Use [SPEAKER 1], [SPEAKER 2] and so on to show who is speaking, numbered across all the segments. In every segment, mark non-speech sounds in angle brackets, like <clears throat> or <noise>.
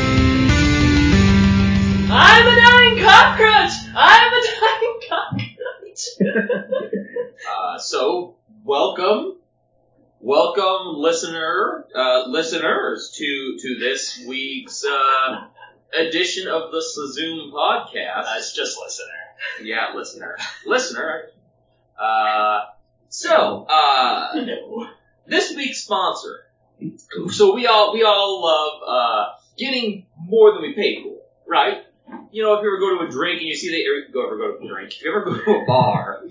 [SPEAKER 1] <laughs> Uh, welcome listener uh, listeners to to this week's uh, edition of the Sazoom podcast.
[SPEAKER 2] Uh, it's just listener.
[SPEAKER 1] yeah, listener, listener. Uh, so uh,
[SPEAKER 2] No.
[SPEAKER 1] this week's sponsor. So we all we all love uh, getting more than we pay for, right? You know, if you ever go to a drink and you see they or go ever go to a drink, if you ever go to a bar,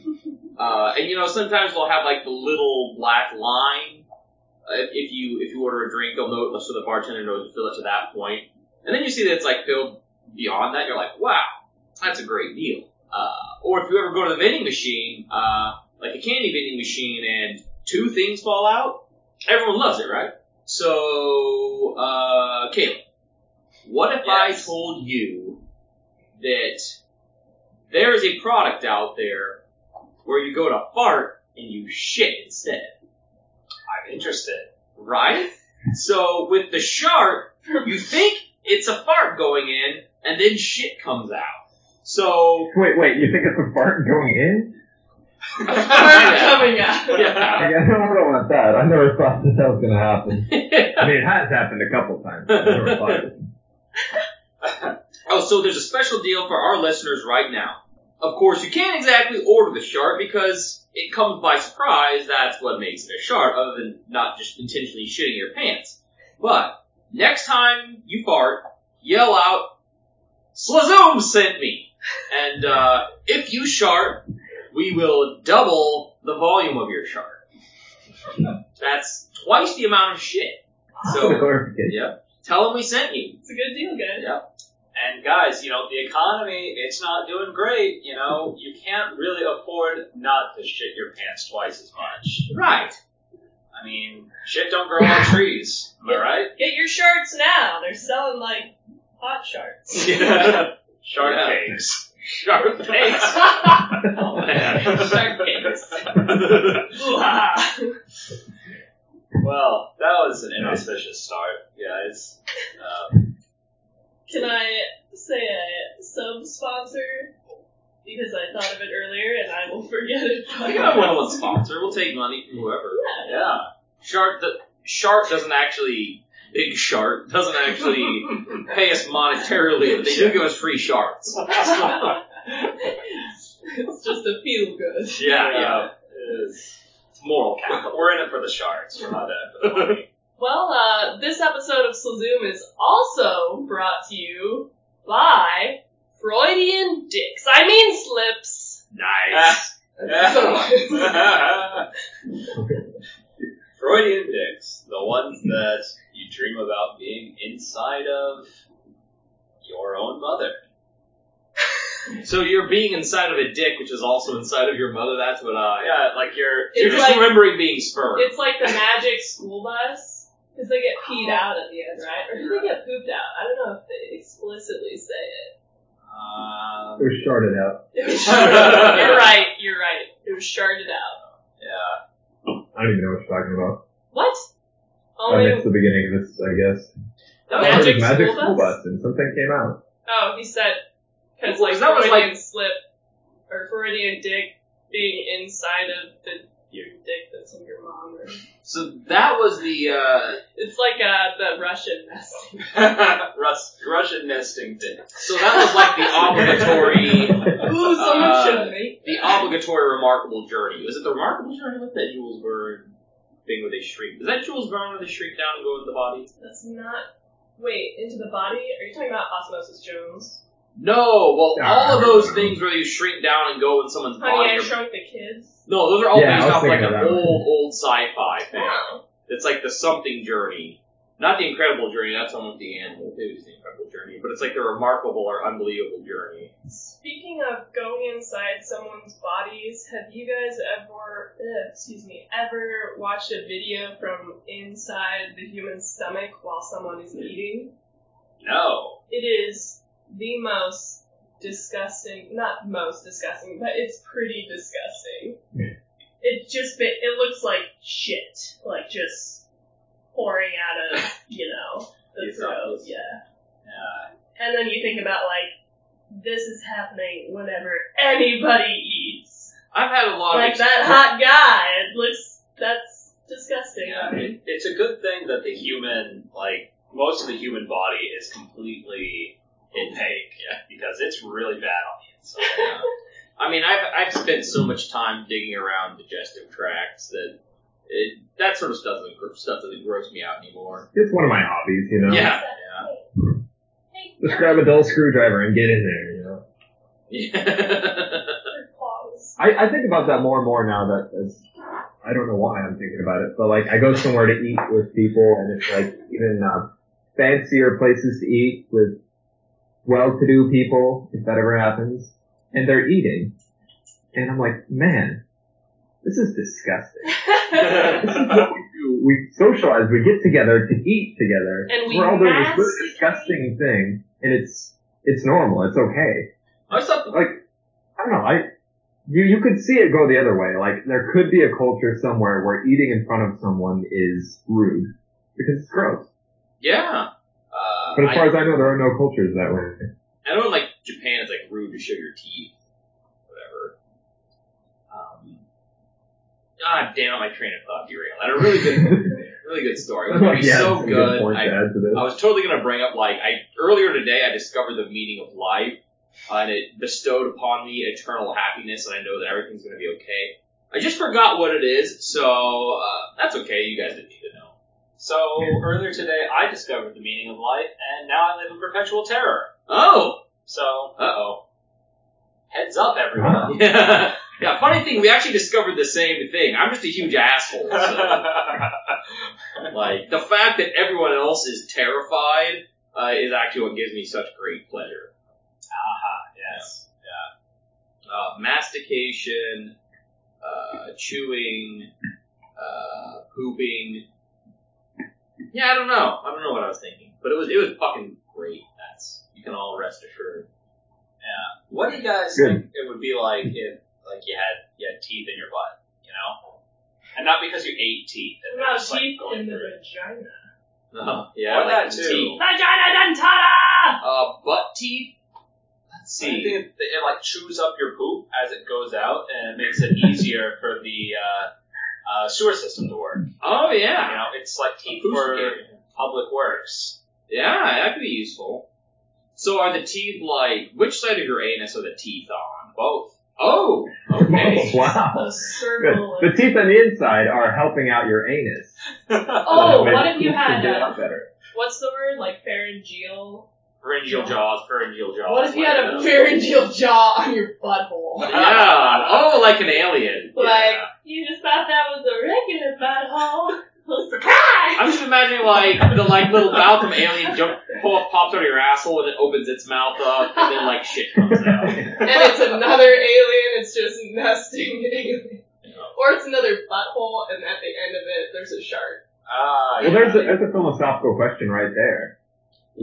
[SPEAKER 1] uh, and you know sometimes they'll have like the little black line. Uh, if- if you if you order a drink, they'll know so the bartender knows to fill it to that point, and then you see that it's like filled beyond that, you're like, wow, that's a great deal. Uh, or if you ever go to the vending machine, uh, like a candy vending machine, and two things fall out, everyone loves it, right? So, uh, Caleb, what if I
[SPEAKER 2] Yes.
[SPEAKER 1] told you that there is a product out there where you go to fart and you shit instead,
[SPEAKER 2] I'm interested.
[SPEAKER 1] right? So with the shark, you think it's a fart going in, and then shit comes out.
[SPEAKER 2] <laughs>
[SPEAKER 1] So
[SPEAKER 3] Wait, wait, you think it's a fart going in?
[SPEAKER 2] Where's coming out?
[SPEAKER 1] <laughs> Yeah.
[SPEAKER 3] I guess I don't know about that. I never thought that that was gonna happen. I mean, it has happened a couple times. but I never thought it.
[SPEAKER 1] Oh, so there's a special deal for our listeners right now. Of course, you can't exactly order the shark because it comes by surprise. That's what makes it a shark, other than not just intentionally shitting your pants. But next time you fart, yell out, "Slazoom sent me!" And uh, if you shark, we will double the volume of your shark. That's twice the amount of shit.
[SPEAKER 3] Just a
[SPEAKER 1] So, <laughs>
[SPEAKER 3] clarification.
[SPEAKER 1] yeah, tell them we sent you.
[SPEAKER 2] It's a good deal, guys.
[SPEAKER 1] Yeah.
[SPEAKER 2] And guys, you know, the economy, it's not doing great, you know. You can't really afford not to shit your pants twice as much.
[SPEAKER 1] Right. <laughs>
[SPEAKER 2] I mean, shit don't grow on trees. Am I right?
[SPEAKER 4] Get your shards now. They're selling like hot shards.
[SPEAKER 2] Shark
[SPEAKER 1] Yeah.
[SPEAKER 2] eggs.
[SPEAKER 1] <laughs> Sharp face.
[SPEAKER 2] Oh,
[SPEAKER 1] Shark eggs.
[SPEAKER 2] well, that was an inauspicious start, guys. Um,
[SPEAKER 4] <laughs> Can I say a sub sponsor? Because I thought of it earlier and I will forget it.
[SPEAKER 1] We got one little sponsor. We'll take money from whoever.
[SPEAKER 2] yeah.
[SPEAKER 1] Shark the shark doesn't actually big shark doesn't actually pay us monetarily. They do give us free sharks.
[SPEAKER 4] <laughs> it's just a feel good.
[SPEAKER 1] <laughs> Yeah, yeah.
[SPEAKER 2] It is.
[SPEAKER 1] It's moral capital.
[SPEAKER 2] We're in it for the sharks. We're not
[SPEAKER 1] <laughs>
[SPEAKER 2] in it for the money.
[SPEAKER 4] Well, uh, this episode of Slazoom is also brought to you by Freudian dicks. I mean slips.
[SPEAKER 1] Nice.
[SPEAKER 4] <laughs>
[SPEAKER 2] <laughs> Yeah. Freudian dicks, the ones that you dream about being inside of your own mother.
[SPEAKER 1] <laughs> So you're being inside of a dick, which is also inside of your mother. That's what I.
[SPEAKER 2] Uh, Yeah, like you're
[SPEAKER 1] You're
[SPEAKER 4] It's
[SPEAKER 1] just
[SPEAKER 4] like-
[SPEAKER 1] remembering being spurred.
[SPEAKER 4] It's like the magic school bus. Because they get peed out at the end, right? Or do they get pooped out? I don't know if they explicitly say it.
[SPEAKER 2] Um,
[SPEAKER 3] It was shorted out.
[SPEAKER 1] <laughs>
[SPEAKER 4] It was sharded. you're right, you're right. It was sharded out.
[SPEAKER 2] yeah.
[SPEAKER 3] I don't even know what you're talking about.
[SPEAKER 4] What?
[SPEAKER 3] I missed
[SPEAKER 4] Only
[SPEAKER 3] the beginning of this, I guess.
[SPEAKER 4] Oh, the
[SPEAKER 3] I heard
[SPEAKER 4] magic,
[SPEAKER 3] it's magic
[SPEAKER 4] school, bus?
[SPEAKER 3] and something came out.
[SPEAKER 4] Oh, he said, because like
[SPEAKER 1] Is that what,
[SPEAKER 4] Freudian
[SPEAKER 1] like-
[SPEAKER 4] slip or Freudian dick being inside of the your dick that's in your mom. Or,
[SPEAKER 1] So that was the. uh
[SPEAKER 4] it's like uh, the Russian mess.
[SPEAKER 2] Rus- Russian nesting dicks.
[SPEAKER 1] So that was like the obligatory.
[SPEAKER 4] <laughs> Ooh,
[SPEAKER 1] someone Uh, should
[SPEAKER 4] make
[SPEAKER 1] the obligatory remarkable journey. Was it the remarkable journey? What's that Jules Verne thing where they shrink? Is that Jules Verne where they shrink down and go into the body?
[SPEAKER 4] That's not. Wait, into the body? Are you talking about Osmosis Jones?
[SPEAKER 1] No. Well,
[SPEAKER 3] Ah,
[SPEAKER 1] all
[SPEAKER 3] I
[SPEAKER 1] of those
[SPEAKER 3] don't know.
[SPEAKER 1] things where you shrink down and go in someone's
[SPEAKER 4] Honey,
[SPEAKER 1] body.
[SPEAKER 4] I
[SPEAKER 1] Or,
[SPEAKER 4] Shrunk the Kids.
[SPEAKER 1] no, those are all
[SPEAKER 3] Yeah, I
[SPEAKER 1] based
[SPEAKER 3] was
[SPEAKER 1] off like
[SPEAKER 3] thinking
[SPEAKER 1] an
[SPEAKER 3] of that one.
[SPEAKER 1] old, old sci-fi thing.
[SPEAKER 4] Wow.
[SPEAKER 1] It's like the something journey. Not the incredible journey, that's almost the animal too, is the incredible journey. But it's like the remarkable or unbelievable journey.
[SPEAKER 4] Speaking of going inside someone's bodies, have you guys ever, eh, excuse me, ever watched a video from inside the human stomach while someone is eating?
[SPEAKER 2] No.
[SPEAKER 4] It is the most disgusting, not most disgusting, but it's pretty disgusting. It just, it, it looks like shit, like just pouring out of, you know, the
[SPEAKER 2] It's
[SPEAKER 4] throat,
[SPEAKER 2] obvious.
[SPEAKER 4] yeah.
[SPEAKER 2] Yeah.
[SPEAKER 4] And then you think about like, this is happening whenever anybody eats.
[SPEAKER 1] I've had a lot of
[SPEAKER 4] Like that hot guy, it looks, that's disgusting.
[SPEAKER 2] Yeah, it, it it's a good thing that the human, like most of the human body, is completely opaque. Yeah. Because it's really bad on the inside.
[SPEAKER 1] I mean, I've I've spent so much time digging around digestive tracts that it, that sort of stuff doesn't gr- stuff doesn't gross me out anymore.
[SPEAKER 3] <laughs> It's one of my hobbies, you know.
[SPEAKER 2] <laughs>
[SPEAKER 1] Yeah.
[SPEAKER 4] Hey,
[SPEAKER 3] Just grab a dull screwdriver and get in there, you know.
[SPEAKER 1] Yeah.
[SPEAKER 4] your
[SPEAKER 2] <laughs>
[SPEAKER 3] <laughs>
[SPEAKER 4] claws. <laughs>
[SPEAKER 3] I, I think about that more and more now that as, I don't know why I'm thinking about it, but like I go somewhere to eat with people and it's like even uh, fancier places to eat with well-to-do people, if that ever happens, and they're eating. And I'm like, man, this is disgusting.
[SPEAKER 4] <laughs>
[SPEAKER 3] This is what we do. We socialize. We get together to eat together.
[SPEAKER 4] And we
[SPEAKER 3] are all doing this
[SPEAKER 4] mask-
[SPEAKER 3] really disgusting thing, and it's it's normal. It's okay.
[SPEAKER 1] I thought the-
[SPEAKER 3] Like I don't know. I you you could see it go the other way. Like there could be a culture somewhere where eating in front of someone is rude because it's gross.
[SPEAKER 1] yeah. Uh,
[SPEAKER 3] But as
[SPEAKER 1] I-
[SPEAKER 3] far as I know, there are no cultures that
[SPEAKER 1] <laughs>
[SPEAKER 3] way.
[SPEAKER 1] I know in like Japan it's like rude to show your teeth, whatever. Um, God damn it, my train of thought derailed. I had a really
[SPEAKER 3] <laughs>
[SPEAKER 1] good, really good story. It was gonna be
[SPEAKER 3] yeah,
[SPEAKER 1] so
[SPEAKER 3] it's a
[SPEAKER 1] good.
[SPEAKER 3] point
[SPEAKER 1] I,
[SPEAKER 3] to add to this.
[SPEAKER 1] I was totally gonna bring up like I earlier today I discovered the meaning of life, uh, and it bestowed upon me eternal happiness, and I know that everything's gonna be okay. I just forgot what it is, so uh, that's okay. You guys didn't need to know.
[SPEAKER 2] So earlier today, I discovered the meaning of life, and now I live in perpetual terror.
[SPEAKER 1] Oh,
[SPEAKER 2] So
[SPEAKER 1] uh oh.
[SPEAKER 2] heads up, everyone.
[SPEAKER 1] <laughs> yeah, funny thing, we actually discovered the same thing. I'm just a huge asshole. So,
[SPEAKER 3] <laughs>
[SPEAKER 1] like, the fact that everyone else is terrified uh, is actually what gives me such great pleasure.
[SPEAKER 2] yes.
[SPEAKER 1] Uh, mastication, uh, chewing, uh, pooping. Yeah, I don't know. I don't know what I was thinking, but it was it was fucking great. That's you can all rest assured.
[SPEAKER 2] <laughs>
[SPEAKER 1] <laughs>
[SPEAKER 2] What do you guys
[SPEAKER 3] Good.
[SPEAKER 2] think it would be like if, like, you had you had teeth in your butt? You know, and not because you ate teeth.
[SPEAKER 4] What
[SPEAKER 2] and
[SPEAKER 4] about
[SPEAKER 2] just, like,
[SPEAKER 4] teeth
[SPEAKER 2] going
[SPEAKER 4] in the
[SPEAKER 2] through it.
[SPEAKER 4] vagina?
[SPEAKER 1] Uh, yeah,
[SPEAKER 2] Or
[SPEAKER 1] like the
[SPEAKER 2] that too.
[SPEAKER 1] teeth.
[SPEAKER 4] Vagina dentata!
[SPEAKER 1] Uh, butt teeth. Let's
[SPEAKER 2] See, I
[SPEAKER 1] see.
[SPEAKER 2] think it, it like chews up your poop as it goes out, and it makes it easier for the uh, uh, sewer system to work.
[SPEAKER 1] Oh
[SPEAKER 2] You
[SPEAKER 1] yeah,
[SPEAKER 2] know, it's like teeth for
[SPEAKER 1] Acousticating.
[SPEAKER 2] public works.
[SPEAKER 1] Yeah, that could be useful. So are the teeth like which side of your anus are the teeth on? Both. Oh, okay.
[SPEAKER 3] <laughs> wow.
[SPEAKER 4] The
[SPEAKER 3] Good.
[SPEAKER 4] circle.
[SPEAKER 3] The teeth on the inside are helping out your anus.
[SPEAKER 4] Oh,
[SPEAKER 3] So that
[SPEAKER 4] what
[SPEAKER 3] makes
[SPEAKER 4] if you
[SPEAKER 3] poop
[SPEAKER 4] had,
[SPEAKER 3] get
[SPEAKER 4] uh,
[SPEAKER 3] out better.
[SPEAKER 4] what's the word? Like pharyngeal?
[SPEAKER 1] Pharyngeal jaws, pharyngeal jaws.
[SPEAKER 4] What if you had a <laughs>
[SPEAKER 1] like
[SPEAKER 4] pharyngeal jaw on your butthole?
[SPEAKER 1] that. <laughs> Yeah. Oh, like an alien.
[SPEAKER 4] Like,
[SPEAKER 1] Yeah.
[SPEAKER 4] you just thought that was a regular butthole. <laughs> Well, Surprise!
[SPEAKER 1] <laughs> I'm just imagining like the like little mouth of alien jump pop, pops out of your asshole and it opens its mouth up and then like shit comes out.
[SPEAKER 4] and it's another alien, it's just nesting <laughs> alien. Or it's another butthole, and at the end of it, there's a shark.
[SPEAKER 2] Ah,
[SPEAKER 3] Well,
[SPEAKER 2] yeah.
[SPEAKER 3] there's a, that's a philosophical question right there.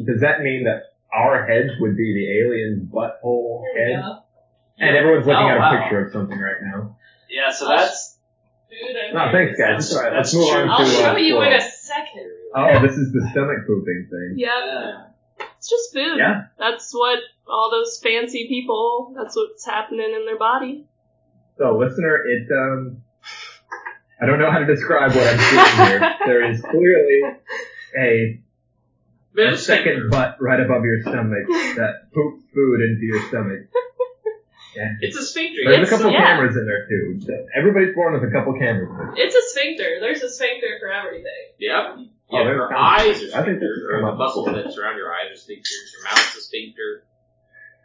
[SPEAKER 3] Does that mean that our heads would be the alien's butthole head?
[SPEAKER 4] Yeah.
[SPEAKER 3] And everyone's looking
[SPEAKER 1] Oh,
[SPEAKER 3] at a
[SPEAKER 1] wow.
[SPEAKER 3] picture of something right now.
[SPEAKER 2] yeah. So that's
[SPEAKER 4] Dude, I'm
[SPEAKER 3] No, thanks guys. It's alright. Let's move on to
[SPEAKER 4] I'll show
[SPEAKER 3] uh,
[SPEAKER 4] you in
[SPEAKER 3] well,
[SPEAKER 4] a second.
[SPEAKER 3] Oh, this is the stomach pooping thing.
[SPEAKER 4] Yeah.
[SPEAKER 2] uh,
[SPEAKER 4] It's just food.
[SPEAKER 3] Yeah.
[SPEAKER 4] That's what all those fancy people, that's what's happening in their body.
[SPEAKER 3] So listener, it um I don't know how to describe what I'm seeing here. there is clearly a
[SPEAKER 1] There's a
[SPEAKER 3] second
[SPEAKER 1] second.
[SPEAKER 3] butt right above your stomach that poops food into your stomach.
[SPEAKER 1] It's a sphincter.
[SPEAKER 3] There's
[SPEAKER 4] It's-
[SPEAKER 3] a couple
[SPEAKER 4] yeah.
[SPEAKER 3] cameras in there too. So Everybody's born with a couple cameras in there.
[SPEAKER 4] It's a sphincter. There's a sphincter for everything.
[SPEAKER 1] Yep.
[SPEAKER 3] Oh,
[SPEAKER 1] Yeah,
[SPEAKER 3] they're
[SPEAKER 1] your
[SPEAKER 3] found-
[SPEAKER 1] eyes are
[SPEAKER 3] I think this
[SPEAKER 1] sphincters,
[SPEAKER 3] is
[SPEAKER 1] or the
[SPEAKER 3] about-
[SPEAKER 1] muscles that surround your eyes are sphincters, your mouth's a sphincter.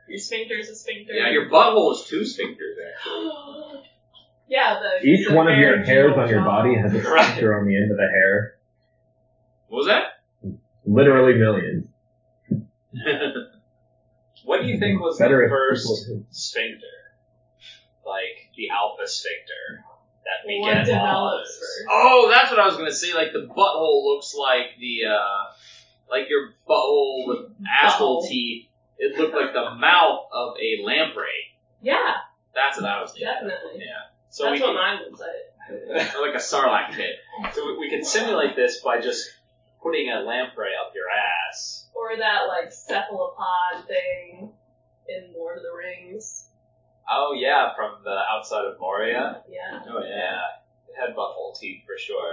[SPEAKER 4] Your sphincter is a sphincter.
[SPEAKER 1] Yeah, your butthole is two sphincters, actually.
[SPEAKER 4] <gasps> yeah, the
[SPEAKER 3] Each
[SPEAKER 4] the
[SPEAKER 3] one of your hairs
[SPEAKER 4] pharyngeal
[SPEAKER 3] on your
[SPEAKER 4] jaw.
[SPEAKER 3] body has a
[SPEAKER 1] Right.
[SPEAKER 3] sphincter on the end of the hair.
[SPEAKER 1] What was that?
[SPEAKER 3] Literally millions.
[SPEAKER 2] what do you think was
[SPEAKER 3] Better
[SPEAKER 2] the
[SPEAKER 3] if
[SPEAKER 2] first
[SPEAKER 3] people-
[SPEAKER 2] sphincter? Like the alpha sphincter that we
[SPEAKER 4] What
[SPEAKER 2] get all
[SPEAKER 4] develops
[SPEAKER 2] those.
[SPEAKER 4] first?
[SPEAKER 1] oh, that's what I was gonna say. Like, the butthole looks like the, uh, like your butthole with asshole
[SPEAKER 4] Butthole.
[SPEAKER 1] teeth. It looked like the mouth of a lamprey.
[SPEAKER 4] Yeah,
[SPEAKER 1] That's what I was thinking.
[SPEAKER 4] definitely.
[SPEAKER 2] So
[SPEAKER 4] That's
[SPEAKER 2] we
[SPEAKER 4] what
[SPEAKER 2] can,
[SPEAKER 4] mine looks like.
[SPEAKER 1] Or like a sarlacc pit.
[SPEAKER 2] so we- we can simulate this by just putting a lamprey up your ass.
[SPEAKER 4] Or that like cephalopod thing in Lord of the Rings.
[SPEAKER 2] Oh yeah, from the outside of Moria.
[SPEAKER 4] Yeah.
[SPEAKER 2] Oh yeah, it had buffalo teeth for sure.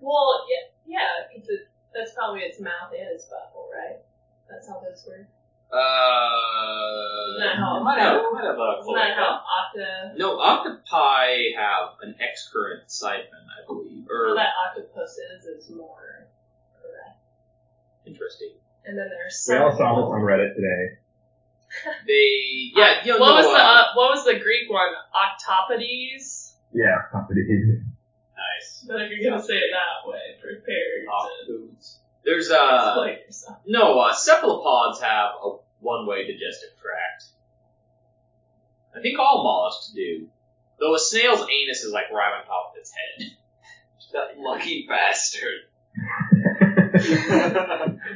[SPEAKER 4] Well, yeah, yeah, because it, that's probably its mouth and its butthole, right? That's how those work.
[SPEAKER 1] Uh,
[SPEAKER 4] Not
[SPEAKER 3] Uh,
[SPEAKER 4] how-
[SPEAKER 1] Oh, it might have, it might have a
[SPEAKER 4] Isn't that
[SPEAKER 1] cloaca.
[SPEAKER 4] how octa?
[SPEAKER 1] Uh, No, octopi have an excurrent siphon, I believe.
[SPEAKER 4] Well,
[SPEAKER 1] Or
[SPEAKER 4] that octopus is is more correct.
[SPEAKER 1] interesting.
[SPEAKER 4] And then there's
[SPEAKER 3] We all saw this
[SPEAKER 4] several-
[SPEAKER 3] on Reddit today.
[SPEAKER 1] They yeah, you know,
[SPEAKER 4] what
[SPEAKER 1] no,
[SPEAKER 4] was
[SPEAKER 1] uh,
[SPEAKER 4] the uh, what was the Greek one? Octopodes.
[SPEAKER 3] Yeah, company.
[SPEAKER 2] Nice.
[SPEAKER 4] But if you're gonna say it that way, prepare to
[SPEAKER 1] octopodes? There's uh
[SPEAKER 4] explain yourself.
[SPEAKER 1] no uh, cephalopods have a one-way digestive tract. I think all mollusks do, though a snail's anus is like right on top of its head. <laughs>
[SPEAKER 2] That lucky bastard.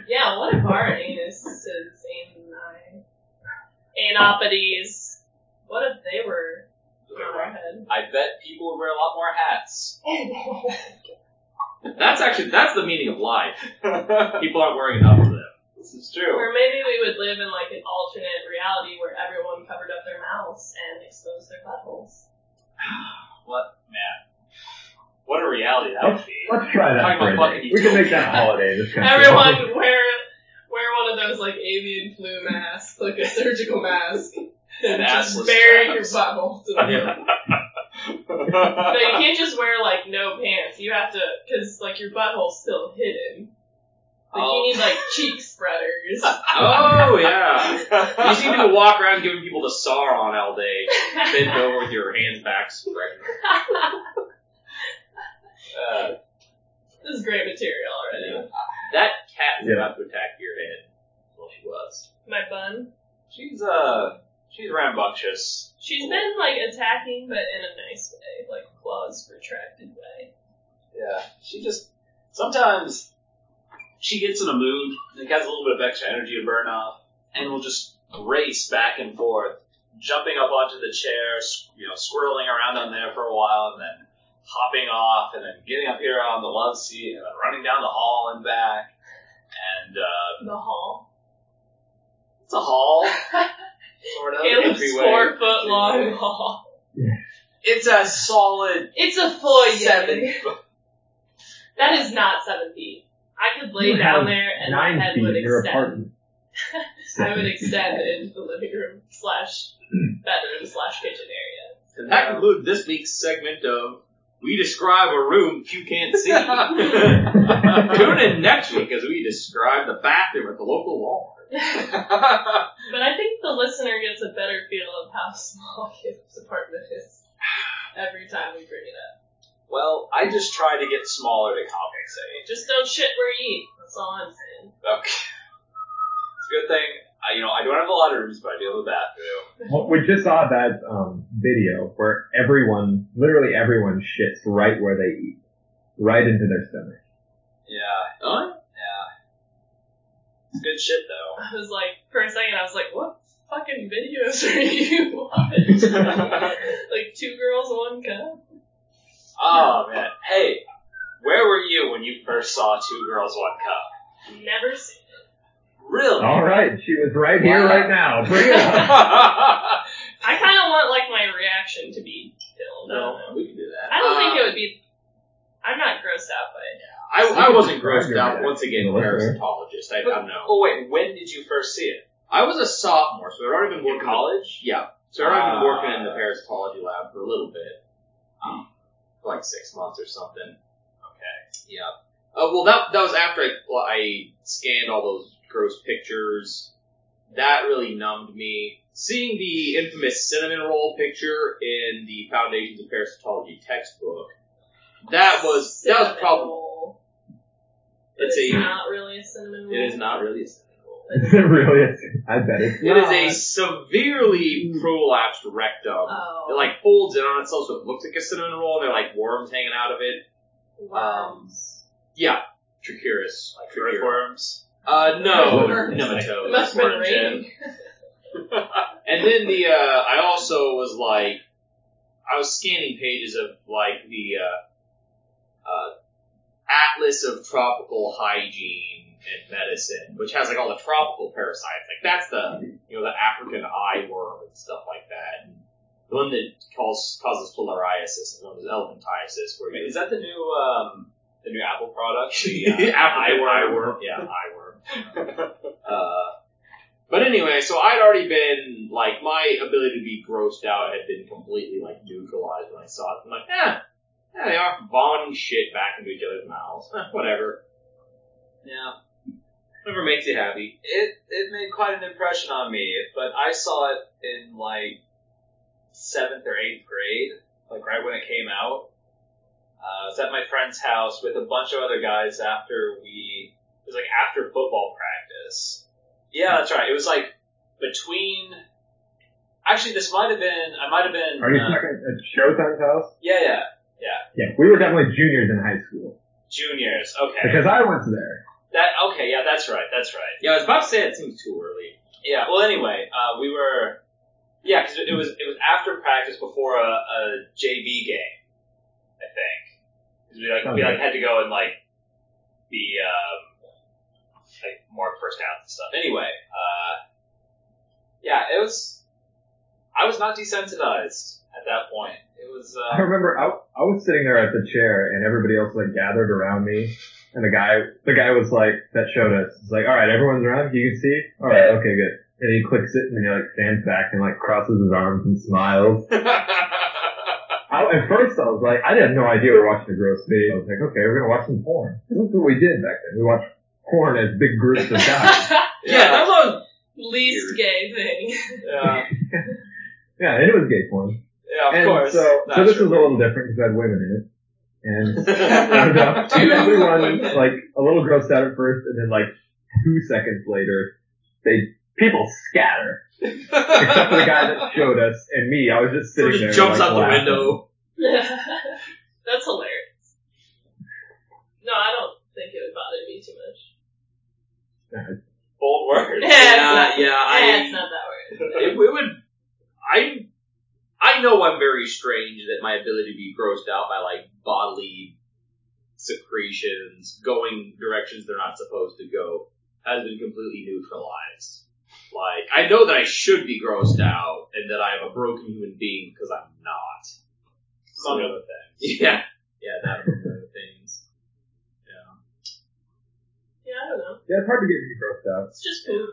[SPEAKER 4] Yeah, what if our anus is ani? Anopodes. What if they were on
[SPEAKER 1] <laughs>
[SPEAKER 4] our head?
[SPEAKER 2] I bet people would wear a lot more hats. <laughs>
[SPEAKER 1] That's actually that's the meaning of life. People aren't wearing enough of them.
[SPEAKER 2] This is true.
[SPEAKER 4] Or maybe we would live in like an alternate reality where everyone covered up their mouths and exposed their buttholes.
[SPEAKER 2] What a reality that
[SPEAKER 3] <laughs>
[SPEAKER 2] would be. <laughs>
[SPEAKER 3] Let's try that
[SPEAKER 1] Talking
[SPEAKER 3] for
[SPEAKER 1] about
[SPEAKER 3] a day.
[SPEAKER 1] fucking
[SPEAKER 3] We can make
[SPEAKER 1] utopia.
[SPEAKER 3] that holiday. This country.
[SPEAKER 4] Everyone wear wear one of those like avian flu masks, like a surgical mask, and just
[SPEAKER 1] assless
[SPEAKER 4] bury your
[SPEAKER 1] straps.
[SPEAKER 4] buttholes in them.
[SPEAKER 1] <laughs>
[SPEAKER 4] No, you can't just wear like no pants. You have to, cause like your butthole's still hidden. Like
[SPEAKER 1] Oh.
[SPEAKER 4] you need like
[SPEAKER 1] <laughs>
[SPEAKER 4] cheek spreaders.
[SPEAKER 1] Oh yeah. You just need to walk around giving people the Sauron all day, bend over with your hands back spread.
[SPEAKER 2] Uh,
[SPEAKER 4] this is great material already.
[SPEAKER 1] That cat is
[SPEAKER 3] Yeah.
[SPEAKER 1] about to attack your head. Well, she was.
[SPEAKER 4] My bun.
[SPEAKER 2] she's, uh, she's rambunctious.
[SPEAKER 4] She's been like attacking, but in a nice way, like claws retracted way.
[SPEAKER 2] Yeah. She just, sometimes
[SPEAKER 1] She gets in a mood and has a little bit of extra energy to burn off,
[SPEAKER 2] and will just race back and forth, jumping up onto the chair, s- you know, swirling around on there for a while, and then hopping off, and then getting up here on the love seat, and then running down the hall and back. And uh,
[SPEAKER 4] The hall.
[SPEAKER 2] it's a hall, sort of.
[SPEAKER 4] It looks
[SPEAKER 2] entryway.
[SPEAKER 4] four
[SPEAKER 1] <laughs>
[SPEAKER 4] foot long hall.
[SPEAKER 2] It's a solid
[SPEAKER 4] It's a foyer.
[SPEAKER 2] seven.
[SPEAKER 4] That is not seven feet. I could lay
[SPEAKER 3] You
[SPEAKER 4] down
[SPEAKER 3] have
[SPEAKER 4] there and
[SPEAKER 3] <laughs>
[SPEAKER 4] my
[SPEAKER 3] Nine
[SPEAKER 4] head
[SPEAKER 3] feet
[SPEAKER 4] would
[SPEAKER 3] in your
[SPEAKER 4] extend.
[SPEAKER 1] <laughs>
[SPEAKER 3] apartment.
[SPEAKER 4] I would extend it into the living room slash bedroom slash kitchen area.
[SPEAKER 1] and that concludes this week's segment of "We Describe a Room You Can't See." Tune in next week as we describe the bathroom at the local Walmart.
[SPEAKER 4] But I think the listener gets a better feel of how small <laughs> Caleb's apartment is every time we bring it up.
[SPEAKER 2] well, I just try to get smaller to compensate.
[SPEAKER 4] Just don't shit where you eat. That's all I'm saying.
[SPEAKER 2] Okay. It's a good thing, I, you know, I don't have a lot of rooms, but I do have a bathroom.
[SPEAKER 3] Well, we just saw that um, video where everyone, literally everyone, shits right where they eat, right into their stomach.
[SPEAKER 2] Yeah,
[SPEAKER 1] Huh?
[SPEAKER 2] it's good shit though.
[SPEAKER 4] I was like, for a second, I was like, what fucking videos are you <laughs> watching? like two girls, one cup.
[SPEAKER 2] Oh man. Hey, where were you when you first saw Two Girls One Cup?
[SPEAKER 4] Never seen.
[SPEAKER 2] Really? <laughs>
[SPEAKER 3] All right, she was right here,
[SPEAKER 2] Wow.
[SPEAKER 3] right now. Bring
[SPEAKER 1] <laughs>
[SPEAKER 3] it up.
[SPEAKER 2] Oh,
[SPEAKER 4] I kind of want like my reaction to be filmed. I don't know.
[SPEAKER 1] we can do that.
[SPEAKER 4] I don't think it
[SPEAKER 1] Uh,
[SPEAKER 4] would be. I'm not grossed out by it.
[SPEAKER 1] I, I wasn't grossed out.
[SPEAKER 3] Yeah.
[SPEAKER 1] Once again,
[SPEAKER 3] Yeah.
[SPEAKER 1] parasitologist. I don't know.
[SPEAKER 2] oh wait, when did you first see it?
[SPEAKER 1] I was a sophomore, so I'd already been
[SPEAKER 2] In
[SPEAKER 1] working.
[SPEAKER 2] college?
[SPEAKER 1] Yeah. So I've been
[SPEAKER 2] Ah.
[SPEAKER 1] working in the parasitology lab for a little bit. Um, for like six months or something.
[SPEAKER 2] Okay.
[SPEAKER 1] Yeah. Uh, well, that, that was after I, well, I scanned all those gross pictures. That really numbed me. Seeing the infamous cinnamon roll picture in the Foundations of Parasitology textbook, that was, that was
[SPEAKER 4] Cinnamon
[SPEAKER 1] probably,
[SPEAKER 4] roll. But
[SPEAKER 1] it's
[SPEAKER 4] It's,
[SPEAKER 1] a,
[SPEAKER 4] not really a cinnamon roll.
[SPEAKER 1] it
[SPEAKER 4] <laughs>
[SPEAKER 1] is not really a cinnamon roll.
[SPEAKER 3] Is it really? a- I bet it's
[SPEAKER 1] It
[SPEAKER 3] not.
[SPEAKER 1] is a severely prolapsed rectum.
[SPEAKER 4] Oh.
[SPEAKER 1] It like folds in on itself so it looks like a cinnamon roll and they're like worms hanging out of it.
[SPEAKER 4] worms.
[SPEAKER 1] Yeah. Trichuris.
[SPEAKER 2] Like
[SPEAKER 1] Trichura.
[SPEAKER 2] earthworms.
[SPEAKER 1] Uh, no.
[SPEAKER 3] Worms.
[SPEAKER 4] it
[SPEAKER 1] Nematodes.
[SPEAKER 4] must have been
[SPEAKER 2] worm
[SPEAKER 4] raining. <laughs>
[SPEAKER 1] And then the, uh, I also was like, I was scanning pages of like the, uh, uh, Atlas of Tropical Hygiene and Medicine, which has like all the tropical parasites. Like that's the, you know, the African eye worm and stuff like that. And the one that calls, causes filariasis, and the one that's elephantiasis, where you
[SPEAKER 2] Wait, is that the new um the new Apple
[SPEAKER 1] <laughs>
[SPEAKER 2] product. The,
[SPEAKER 1] Yeah,
[SPEAKER 2] uh,
[SPEAKER 1] Apple iWorm.
[SPEAKER 2] iWorm. Yeah, iWorm.
[SPEAKER 1] Uh, but anyway, so I'd already been like my ability to be grossed out had been completely like neutralized when I saw it. I'm like, eh, yeah, they are vomiting shit back into each other's mouths. <laughs> Eh, whatever.
[SPEAKER 2] Yeah.
[SPEAKER 1] Whatever makes you happy.
[SPEAKER 2] It it made quite an impression on me, but I saw it in like seventh or eighth grade, like right when it came out. Uh, I was at my friend's house with a bunch of other guys after we it was like after football practice. Yeah, that's right. It was like between. Actually, this might have been. I might have been.
[SPEAKER 3] Are you
[SPEAKER 2] uh,
[SPEAKER 3] stuck at at Showtime's house?
[SPEAKER 2] yeah, yeah.
[SPEAKER 3] Yeah, we were definitely juniors in high school
[SPEAKER 2] Juniors. Okay.
[SPEAKER 3] because I went there.
[SPEAKER 2] That. Okay. Yeah, that's right. That's right.
[SPEAKER 1] Yeah, I was about to say it seems too early.
[SPEAKER 2] Yeah. Well, anyway, uh, we were. Yeah, because it was it was after practice before a, a JV game, I think. 'Cause we like we like had to go and like be um, like mark first downs and stuff. Anyway, uh, yeah, it was. I was not desensitized at that point. It was.
[SPEAKER 1] <laughs>
[SPEAKER 3] I
[SPEAKER 2] Uh, <laughs>
[SPEAKER 3] remember I, I was sitting there at the chair and everybody else like gathered around me. And the guy, the guy was like, that showed us. It's like, all right, everyone's around. You can see. All right, okay, good. And he clicks it and then he like stands back and like crosses his arms and smiles. I, at first I was like, I had no idea we were watching a gross video. I was like, okay, we're gonna watch some porn. That's what we did back then. We watched porn as big groups of
[SPEAKER 2] <laughs>
[SPEAKER 3] guys.
[SPEAKER 1] Yeah, that was
[SPEAKER 4] Least gay thing. <laughs>
[SPEAKER 2] yeah,
[SPEAKER 3] yeah, and it was gay porn.
[SPEAKER 2] yeah, of
[SPEAKER 3] and
[SPEAKER 2] course.
[SPEAKER 3] So, so
[SPEAKER 2] That's
[SPEAKER 3] this
[SPEAKER 2] true.
[SPEAKER 3] was a little different because I had women in it. And,
[SPEAKER 1] <laughs>
[SPEAKER 3] and,
[SPEAKER 1] yeah,
[SPEAKER 3] uh,
[SPEAKER 1] Two
[SPEAKER 3] everyone,
[SPEAKER 1] women.
[SPEAKER 3] like, a little grossed out at first, and then like, two seconds later, they, people scatter. Except for the guy that showed us, and me, I was just sitting there.
[SPEAKER 1] just jumps
[SPEAKER 3] like,
[SPEAKER 1] out the
[SPEAKER 3] laughing.
[SPEAKER 1] window.
[SPEAKER 4] That's hilarious. No, I don't think it would bother me too much.
[SPEAKER 2] <laughs> bold word.
[SPEAKER 1] Yeah, yeah,
[SPEAKER 4] Eh, it's
[SPEAKER 1] I,
[SPEAKER 4] not that weird.
[SPEAKER 1] it, it would, I, I know I'm very strange that my ability to be grossed out by like bodily secretions going directions they're not supposed to go has been completely neutralized. Like, I know that I should be grossed out and that I am a broken human being because I'm not.
[SPEAKER 2] Among other
[SPEAKER 1] <laughs>
[SPEAKER 2] things.
[SPEAKER 1] Yeah. Yeah, that was one of the things. Yeah.
[SPEAKER 4] Yeah, I don't know.
[SPEAKER 3] Yeah, it's hard to get me grossed out.
[SPEAKER 4] It's just poop.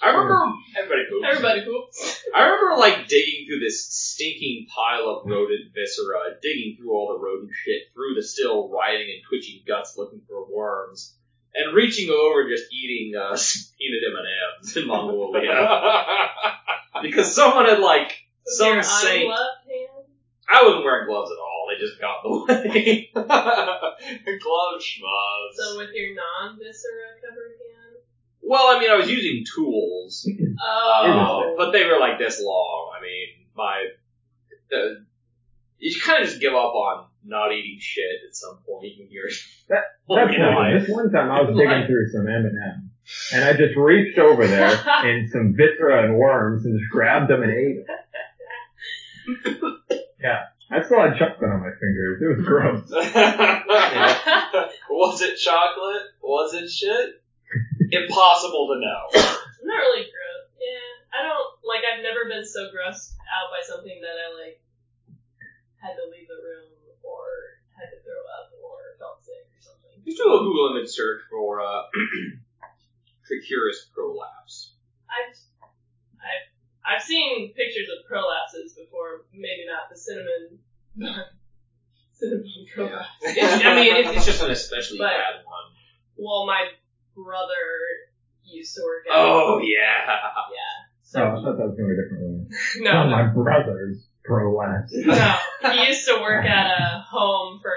[SPEAKER 1] I remember,
[SPEAKER 2] Everybody poops.
[SPEAKER 4] Everybody poops.
[SPEAKER 1] I remember like digging through this stinking pile of rodent viscera, digging through all the rodent shit, through the still writhing and twitching guts looking for worms, and reaching over and just eating, uh, <laughs> peanut M&Ms in Mongolia. because someone had like,
[SPEAKER 4] With
[SPEAKER 1] some
[SPEAKER 4] your
[SPEAKER 1] saint.
[SPEAKER 4] unloved hand.
[SPEAKER 1] I wasn't wearing gloves at all, they just got in the way.
[SPEAKER 2] Glove schmubs.
[SPEAKER 4] So with your non-viscera covered hand.
[SPEAKER 1] well, I mean, I was using tools.
[SPEAKER 4] Oh.
[SPEAKER 1] Um,
[SPEAKER 4] <laughs>
[SPEAKER 1] but they were like this long. I mean, my the, you kind of just give up on not eating shit at some point in your
[SPEAKER 3] <laughs>
[SPEAKER 1] <laughs>
[SPEAKER 3] That-
[SPEAKER 1] whole
[SPEAKER 3] That's
[SPEAKER 1] life.
[SPEAKER 3] one. This one time I was digging
[SPEAKER 4] Why?
[SPEAKER 3] through some M&M's, and I just reached
[SPEAKER 1] <laughs>
[SPEAKER 3] over there and some viscera and worms and just grabbed them and ate them.
[SPEAKER 1] <laughs>
[SPEAKER 3] yeah. I still had chocolate on my fingers. It was gross. <laughs>
[SPEAKER 2] Was it chocolate? Was it shit? Impossible to know.
[SPEAKER 4] I'm not really gross. Yeah, I don't like. I've never been so grossed out by something that I like had to leave the room or had to throw up or felt sick or something.
[SPEAKER 1] Just do a Google image search for uh, <clears throat> Trichurus prolapse.
[SPEAKER 4] I've I've I've seen pictures of prolapses before. Maybe not the cinnamon <laughs> cinnamon prolapse.
[SPEAKER 1] It's, I mean, <laughs> it's, it's just an especially
[SPEAKER 4] But-
[SPEAKER 1] bad one.
[SPEAKER 4] Well, my brother used to work out.
[SPEAKER 1] Oh <laughs> yeah.
[SPEAKER 3] Oh,
[SPEAKER 4] so
[SPEAKER 3] I thought that was going a different way.
[SPEAKER 4] no,
[SPEAKER 3] Oh, my brother's prolapse.
[SPEAKER 4] No, he used to work at a home for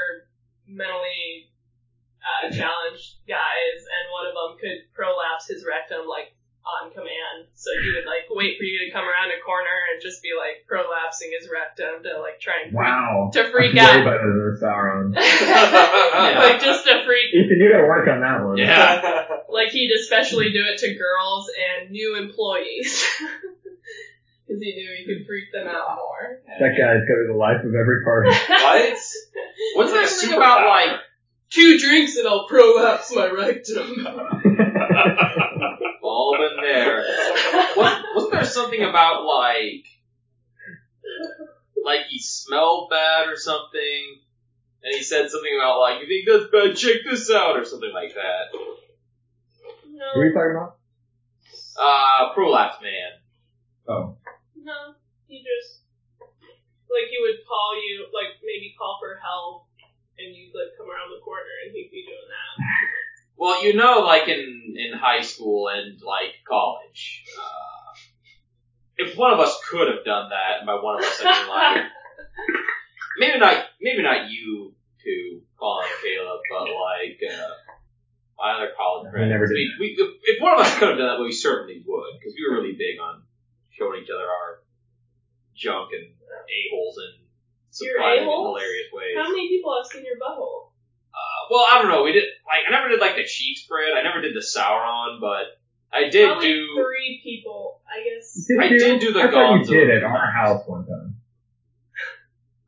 [SPEAKER 4] mentally uh, challenged guys, and one of them could prolapse his rectum like on command. So he would like wait for you to come around a corner and just be like prolapsing his rectum to like try and
[SPEAKER 3] Wow.
[SPEAKER 4] to freak
[SPEAKER 3] That's
[SPEAKER 4] out. <laughs>
[SPEAKER 3] way better than the Sauron.
[SPEAKER 4] like just to freak.
[SPEAKER 3] Ethan, you gotta work on that
[SPEAKER 1] <laughs>
[SPEAKER 3] one.
[SPEAKER 1] Yeah.
[SPEAKER 4] Like he'd especially do it to girls and new employees. <laughs> Because he knew he could freak them out more.
[SPEAKER 3] That guy's got the life of
[SPEAKER 1] <laughs>
[SPEAKER 3] every party.
[SPEAKER 2] What?
[SPEAKER 1] What's that
[SPEAKER 2] It's a
[SPEAKER 1] thing about
[SPEAKER 2] superpower.
[SPEAKER 1] like?
[SPEAKER 4] Two drinks and I'll prolapse my rectum. <laughs>
[SPEAKER 1] All been there. What, wasn't there something about like, like he smelled bad or something, and he said something about like, "You think that's bad? Check this out," or something like that.
[SPEAKER 4] No.
[SPEAKER 3] What are you talking about?
[SPEAKER 1] Uh, prolapse man.
[SPEAKER 3] Oh.
[SPEAKER 4] No, he just like he would call you, like maybe call for help, and you'd like come around the corner, and he'd be doing that.
[SPEAKER 1] Well, you know, like in in high school and like college, uh, if one of us could have done that, and by one of us I mean
[SPEAKER 4] <laughs>
[SPEAKER 1] like maybe not maybe not you two, Colin and Caleb, but like uh, my other college
[SPEAKER 3] I
[SPEAKER 1] friends.
[SPEAKER 3] never did
[SPEAKER 1] we, we, if, if one of us could have done that, we certainly would because we were really big on showing each other our junk and a holes in some
[SPEAKER 4] Your
[SPEAKER 1] private and
[SPEAKER 4] a-holes?
[SPEAKER 1] hilarious ways.
[SPEAKER 4] How many people have seen your butthole?
[SPEAKER 1] Uh, well, I don't know. We did like I never did like the cheek spread. I never did the Sauron, but I did
[SPEAKER 4] Probably
[SPEAKER 1] do.
[SPEAKER 4] three people,
[SPEAKER 3] <laughs>
[SPEAKER 4] I guess.
[SPEAKER 1] I
[SPEAKER 3] you?
[SPEAKER 1] did do the
[SPEAKER 3] I thought you
[SPEAKER 1] Gonzo.
[SPEAKER 3] did at our house one time.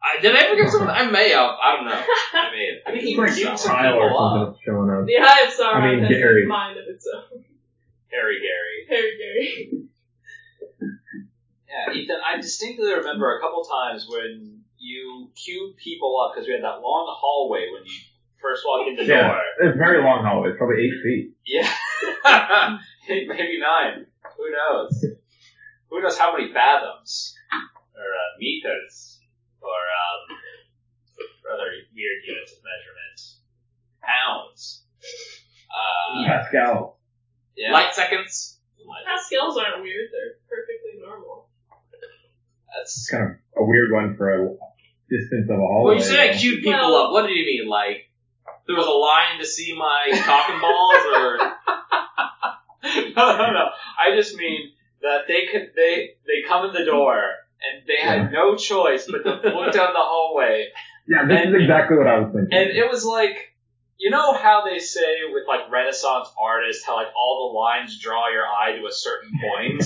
[SPEAKER 1] I, did I ever give someone? I may have. I don't know. I may have. I mean,
[SPEAKER 3] It's
[SPEAKER 1] he
[SPEAKER 3] like
[SPEAKER 1] cute some
[SPEAKER 3] Kyle or
[SPEAKER 1] people up.
[SPEAKER 3] something showing up.
[SPEAKER 4] The Eye of Sauron
[SPEAKER 3] I mean,
[SPEAKER 4] has
[SPEAKER 3] Gary.
[SPEAKER 4] a mind of its own.
[SPEAKER 1] Harry Gary.
[SPEAKER 4] Harry Gary.
[SPEAKER 2] Yeah, Ethan, I distinctly remember a couple times when you queued people up because we had that long hallway when you first walked in the
[SPEAKER 3] Yeah.
[SPEAKER 2] door.
[SPEAKER 3] It's a very long hallway. It's probably eight feet.
[SPEAKER 2] Yeah. <laughs> Maybe nine. Who knows? Who knows how many fathoms or uh, meters or um, or other weird units of measurement? Pounds. Uh,
[SPEAKER 3] Pascal.
[SPEAKER 2] yeah.
[SPEAKER 1] Light seconds.
[SPEAKER 4] Pascals aren't weird; they're perfectly normal.
[SPEAKER 3] It's
[SPEAKER 2] That's
[SPEAKER 3] kind of a weird one for a distance of a
[SPEAKER 1] Well,
[SPEAKER 3] hallway.
[SPEAKER 1] you said I queued people
[SPEAKER 4] Well-
[SPEAKER 1] up. What did you mean? Like there was a line to
[SPEAKER 2] <laughs>
[SPEAKER 1] see my cock and balls, or
[SPEAKER 2] no, no, no. I just mean that they could they they come in the door and they had no choice but to look down the hallway
[SPEAKER 3] yeah, this
[SPEAKER 2] and-
[SPEAKER 3] is exactly what I was thinking.
[SPEAKER 2] And it was like, you know how they say with like Renaissance artists, how like all the lines draw your eye to a certain point.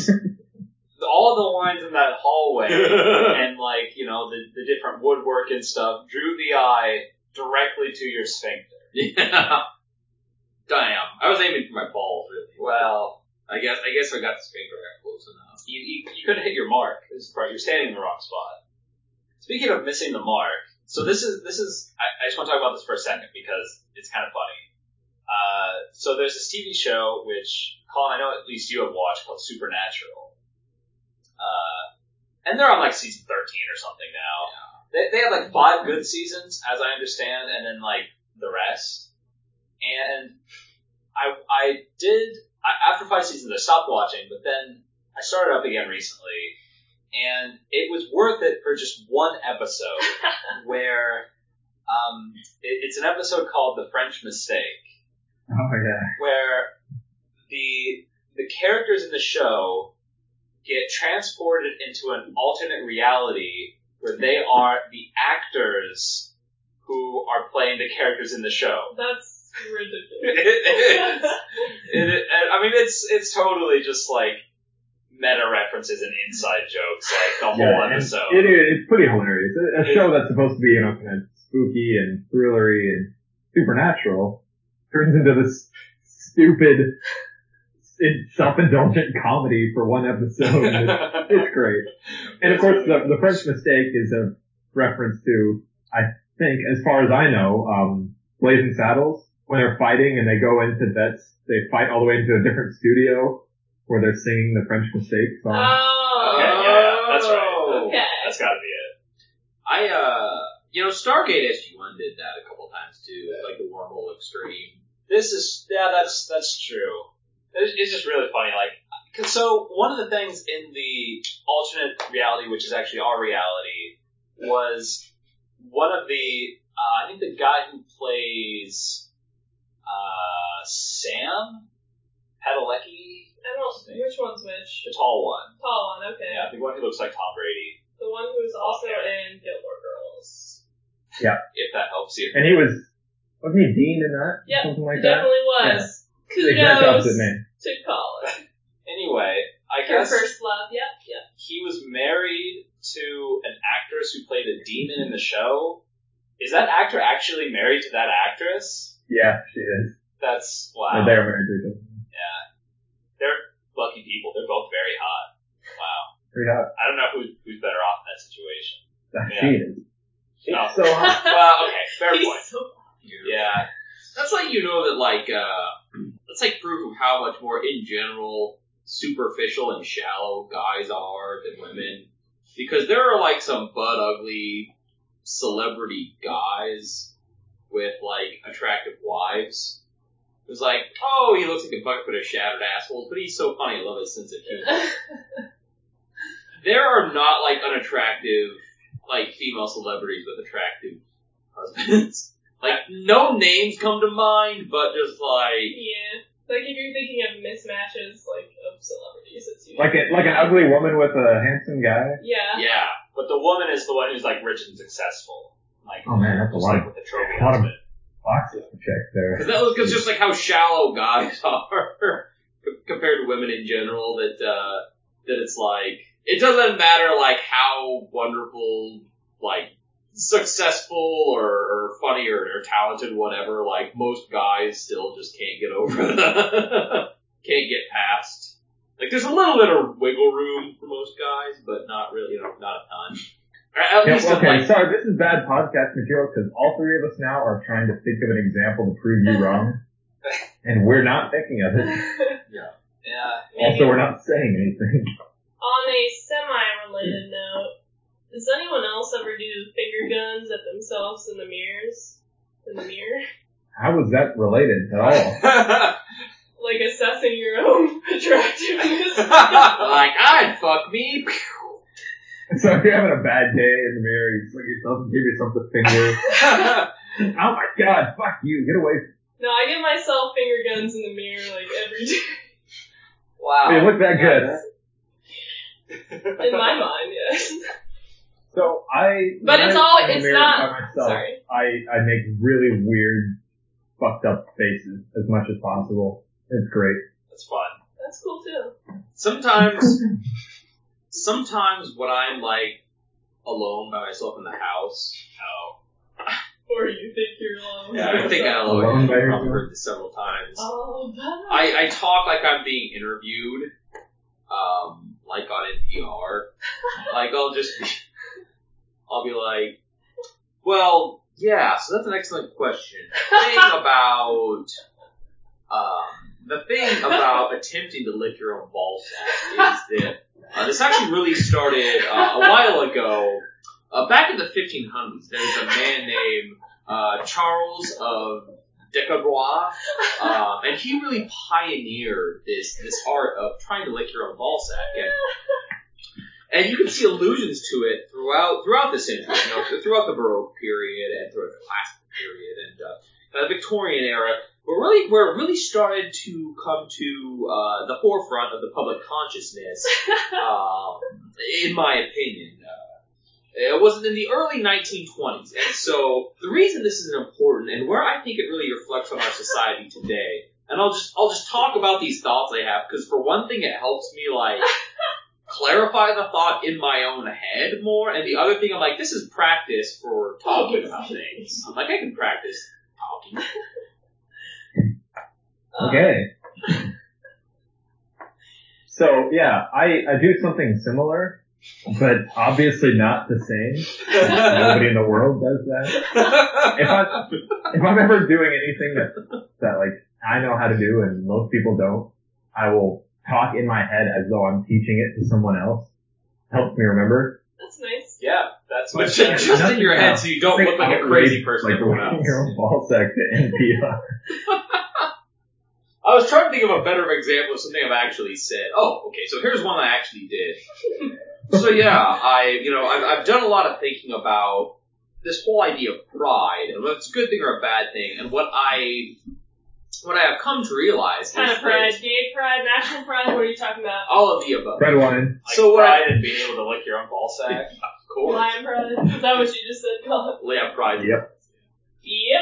[SPEAKER 2] all the lines in that hallway <laughs> and like you know the the different woodwork and stuff drew the eye directly to your sphincter.
[SPEAKER 1] yeah. <laughs> Damn, I was aiming for my balls. Really.
[SPEAKER 2] Well,
[SPEAKER 1] I guess I guess I got the finger got close enough.
[SPEAKER 2] you you, you couldn't hit your mark. This is part you're standing in the wrong spot. Speaking of missing the mark, so this is this is I, I just want to talk about this for a second because it's kind of funny. Uh, so there's this TV show which Colin, I know at least you have watched called Supernatural. Uh, and they're on like season 13 or something now. They, they have like five good seasons, as I understand, and then like the rest. And I I did I, after five seasons I stopped watching, but then I started up again recently, and it was worth it for just one episode where um, it, it's an episode called "The French Mistake."
[SPEAKER 3] oh yeah.
[SPEAKER 2] where the the characters in the show get transported into an alternate reality where they are the actors who are playing the characters in the
[SPEAKER 3] <laughs>
[SPEAKER 2] show.
[SPEAKER 4] That's
[SPEAKER 2] It-
[SPEAKER 4] ridiculous.
[SPEAKER 2] it- it- I mean, it's it's totally just like meta references and inside jokes, like the
[SPEAKER 3] yeah
[SPEAKER 2] whole
[SPEAKER 3] and
[SPEAKER 2] episode.
[SPEAKER 3] It
[SPEAKER 2] <laughs>
[SPEAKER 3] is. It's pretty hilarious. A, a
[SPEAKER 2] It-
[SPEAKER 3] show that's supposed to be, you know, kind of spooky and thrillery and supernatural turns into this stupid, in- self-indulgent comedy for one episode.
[SPEAKER 2] <laughs>
[SPEAKER 3] It's- it's great. And of course, the, the French mistake is a reference to, I think, as far as I know, um, Blazing Saddles. When they're fighting and they go into that, they fight all the way into a different studio where they're singing the French mistake song.
[SPEAKER 2] Okay,
[SPEAKER 4] Oh.
[SPEAKER 2] yeah, yeah, that's right.
[SPEAKER 4] Okay.
[SPEAKER 2] That's gotta be it.
[SPEAKER 1] I uh, you know, Stargate SG One did that a couple times too, like the wormhole extreme.
[SPEAKER 2] This is yeah, that's that's true. It's, it's just really funny, like 'cause so one of the things in the alternate reality, which is actually our reality, was one of the uh, I think the guy who plays uh, Sam Padalecki,
[SPEAKER 4] I don't. Which one's which?
[SPEAKER 2] the tall one,
[SPEAKER 4] Tall one. Okay.
[SPEAKER 2] yeah, the one who looks like Tom Brady,
[SPEAKER 4] The one who's also
[SPEAKER 2] Okay.
[SPEAKER 4] in Gilmore Girls.
[SPEAKER 2] if that helps you.
[SPEAKER 3] And he was, wasn't he Dean in that?
[SPEAKER 4] Yep,
[SPEAKER 3] Something
[SPEAKER 4] He
[SPEAKER 3] like that?
[SPEAKER 4] definitely was.
[SPEAKER 3] The exact
[SPEAKER 4] Kudos
[SPEAKER 3] opposite name.
[SPEAKER 4] to Colin.
[SPEAKER 2] Anyway, I
[SPEAKER 4] Her
[SPEAKER 2] guess
[SPEAKER 4] first love. Yep, yep.
[SPEAKER 2] he was married to an actress who played a demon in the show. Is that actor actually married to that actress?
[SPEAKER 3] Yeah, she is.
[SPEAKER 2] That's
[SPEAKER 3] Or
[SPEAKER 2] wow.
[SPEAKER 3] They're married to each other.
[SPEAKER 2] They're lucky people. They're both very hot. Wow.
[SPEAKER 3] Pretty hot.
[SPEAKER 2] I don't know who, who's better off in
[SPEAKER 3] That
[SPEAKER 2] that situation. Yeah.
[SPEAKER 3] She is.
[SPEAKER 2] No.
[SPEAKER 3] It's so hot.
[SPEAKER 1] <laughs>
[SPEAKER 2] Well, okay, fair
[SPEAKER 4] He's
[SPEAKER 2] point.
[SPEAKER 4] so-
[SPEAKER 2] Yeah.
[SPEAKER 1] That's like you know that like uh that's like proof of how much more in general superficial and shallow guys are than women. Because there are like some butt ugly celebrity guys with like attractive wives. It's like, oh, he looks like a bucket of shattered assholes, but he's so funny. I love his sense of humor. there are not like unattractive like female celebrities with attractive husbands. <laughs> like no names come to mind, but just like
[SPEAKER 4] yeah. Like if you're thinking of mismatches, like of celebrities, it's usually
[SPEAKER 3] Like a, like an ugly woman with a handsome guy. <laughs>
[SPEAKER 4] Yeah.
[SPEAKER 1] yeah,
[SPEAKER 2] But the woman is the one who's like rich and successful. Like,
[SPEAKER 3] Oh man, that's a
[SPEAKER 2] just
[SPEAKER 3] lot
[SPEAKER 2] like
[SPEAKER 3] of
[SPEAKER 2] with the trophy
[SPEAKER 3] a lot of-
[SPEAKER 2] husband.
[SPEAKER 3] boxes to check there.
[SPEAKER 1] because that was 'cause just like how shallow guys <laughs> are c- compared to women in general. That uh, that it's like it doesn't matter like how wonderful like successful or, or funny or, or talented whatever like most guys still just can't get over <laughs> the can't get past like there's a little bit of wiggle room for most guys but not really you know not a ton Or at
[SPEAKER 3] Yeah,
[SPEAKER 1] least
[SPEAKER 3] well,
[SPEAKER 1] in, like
[SPEAKER 3] okay, sorry, this is bad podcast material because all three of us now are trying to think of an example to prove
[SPEAKER 1] <laughs>
[SPEAKER 3] you wrong, and we're not thinking of it.
[SPEAKER 2] Yeah.
[SPEAKER 3] Also, we're not saying anything.
[SPEAKER 4] On a semi-related note, does anyone else ever do finger guns at themselves in the mirrors? In the mirror?
[SPEAKER 3] How was that related at all?
[SPEAKER 1] <laughs>
[SPEAKER 4] Like assessing your own <laughs>
[SPEAKER 1] <laughs>
[SPEAKER 4] attractiveness?
[SPEAKER 1] like I'd fuck me. <laughs>
[SPEAKER 3] So if you're having a bad day in the mirror, you just look at yourself and give yourself the finger. <laughs> oh my god, fuck you, get away.
[SPEAKER 4] no, I give myself finger guns in the mirror like every
[SPEAKER 1] <laughs>
[SPEAKER 4] day.
[SPEAKER 1] wow.
[SPEAKER 4] Uh,
[SPEAKER 3] Hey, look that good.
[SPEAKER 4] In my mind, yes.
[SPEAKER 3] So I,
[SPEAKER 4] But
[SPEAKER 3] when
[SPEAKER 4] it's
[SPEAKER 3] I'm
[SPEAKER 4] all-
[SPEAKER 3] in the
[SPEAKER 4] it's
[SPEAKER 3] mirror
[SPEAKER 4] not-
[SPEAKER 3] by myself,
[SPEAKER 4] sorry.
[SPEAKER 3] I, I make really weird, fucked up faces as much as possible. It's great.
[SPEAKER 2] <laughs> That's fun.
[SPEAKER 4] That's cool too.
[SPEAKER 3] <laughs>
[SPEAKER 1] Sometimes, sometimes when I'm like alone by myself in the house, oh,
[SPEAKER 4] Or you think you're alone.
[SPEAKER 1] I think I'm alone.
[SPEAKER 3] Alone by
[SPEAKER 1] I've
[SPEAKER 3] yourself?
[SPEAKER 1] heard this several times.
[SPEAKER 4] Oh, but
[SPEAKER 1] I, I talk like I'm being interviewed, um, like on NPR. like I'll just, be, I'll be like, well, yeah. So that's an excellent question.
[SPEAKER 4] <laughs>
[SPEAKER 1] Thing <laughs> about, um, the thing about attempting to lick your own ball sack is that uh, this actually really started uh, a while ago. Uh, back in the 1500s, there's a man named uh, Charles of Decabois um, and he really pioneered this this art of trying to lick your own ball sack, and, and you can see allusions to it throughout throughout the century, you know, throughout the Baroque period and throughout the Classical period and uh, uh, the Victorian era, where really where it really started to come to uh, the forefront of the public consciousness, um, in my opinion. Uh, it wasn't in the early 1920s. And so the reason this is important and where I think it really reflects on our society today, and I'll just, I'll just talk about these thoughts I have, because for one thing it helps me like clarify the thought in my own head more, and the other thing I'm like, this is practice for talking about things. I'm like, I can practice <laughs> talking.
[SPEAKER 4] Uh,
[SPEAKER 3] Okay. So yeah, I, I do something similar, but obviously not the same.
[SPEAKER 4] <laughs>
[SPEAKER 3] Nobody in the world does that. If I'm, if I'm ever doing anything that, that like I know how to do and most people don't, I will talk in my head as though I'm teaching it to someone else. Helps me remember.
[SPEAKER 4] That's nice.
[SPEAKER 2] Yeah, that's
[SPEAKER 1] But
[SPEAKER 2] much
[SPEAKER 1] ju-
[SPEAKER 3] <laughs>
[SPEAKER 2] better.
[SPEAKER 1] just in your head so you don't look like a crazy person to
[SPEAKER 3] Like
[SPEAKER 1] everyone <laughs>
[SPEAKER 3] licking
[SPEAKER 1] else.
[SPEAKER 3] your own <laughs> ball sack to NPR.
[SPEAKER 1] I was trying to think of a better example of something I've actually said. Oh, okay, so here's one I actually did. so yeah, I, you know, I've, I've done a lot of thinking about this whole idea of pride and whether it's a good thing or a bad thing, and what I, what I have come to realize
[SPEAKER 4] Kind
[SPEAKER 1] is
[SPEAKER 4] of pride,
[SPEAKER 1] that
[SPEAKER 4] gay pride, national pride. What are you talking about?
[SPEAKER 1] all of the above.
[SPEAKER 3] Red wine.
[SPEAKER 2] Like
[SPEAKER 1] so what I-
[SPEAKER 2] pride and being able to lick your own ball sack.
[SPEAKER 1] Of course,
[SPEAKER 4] Lion pride. Is that what you just said, Colin?
[SPEAKER 1] yeah, pride.
[SPEAKER 3] Yep.
[SPEAKER 4] Yep.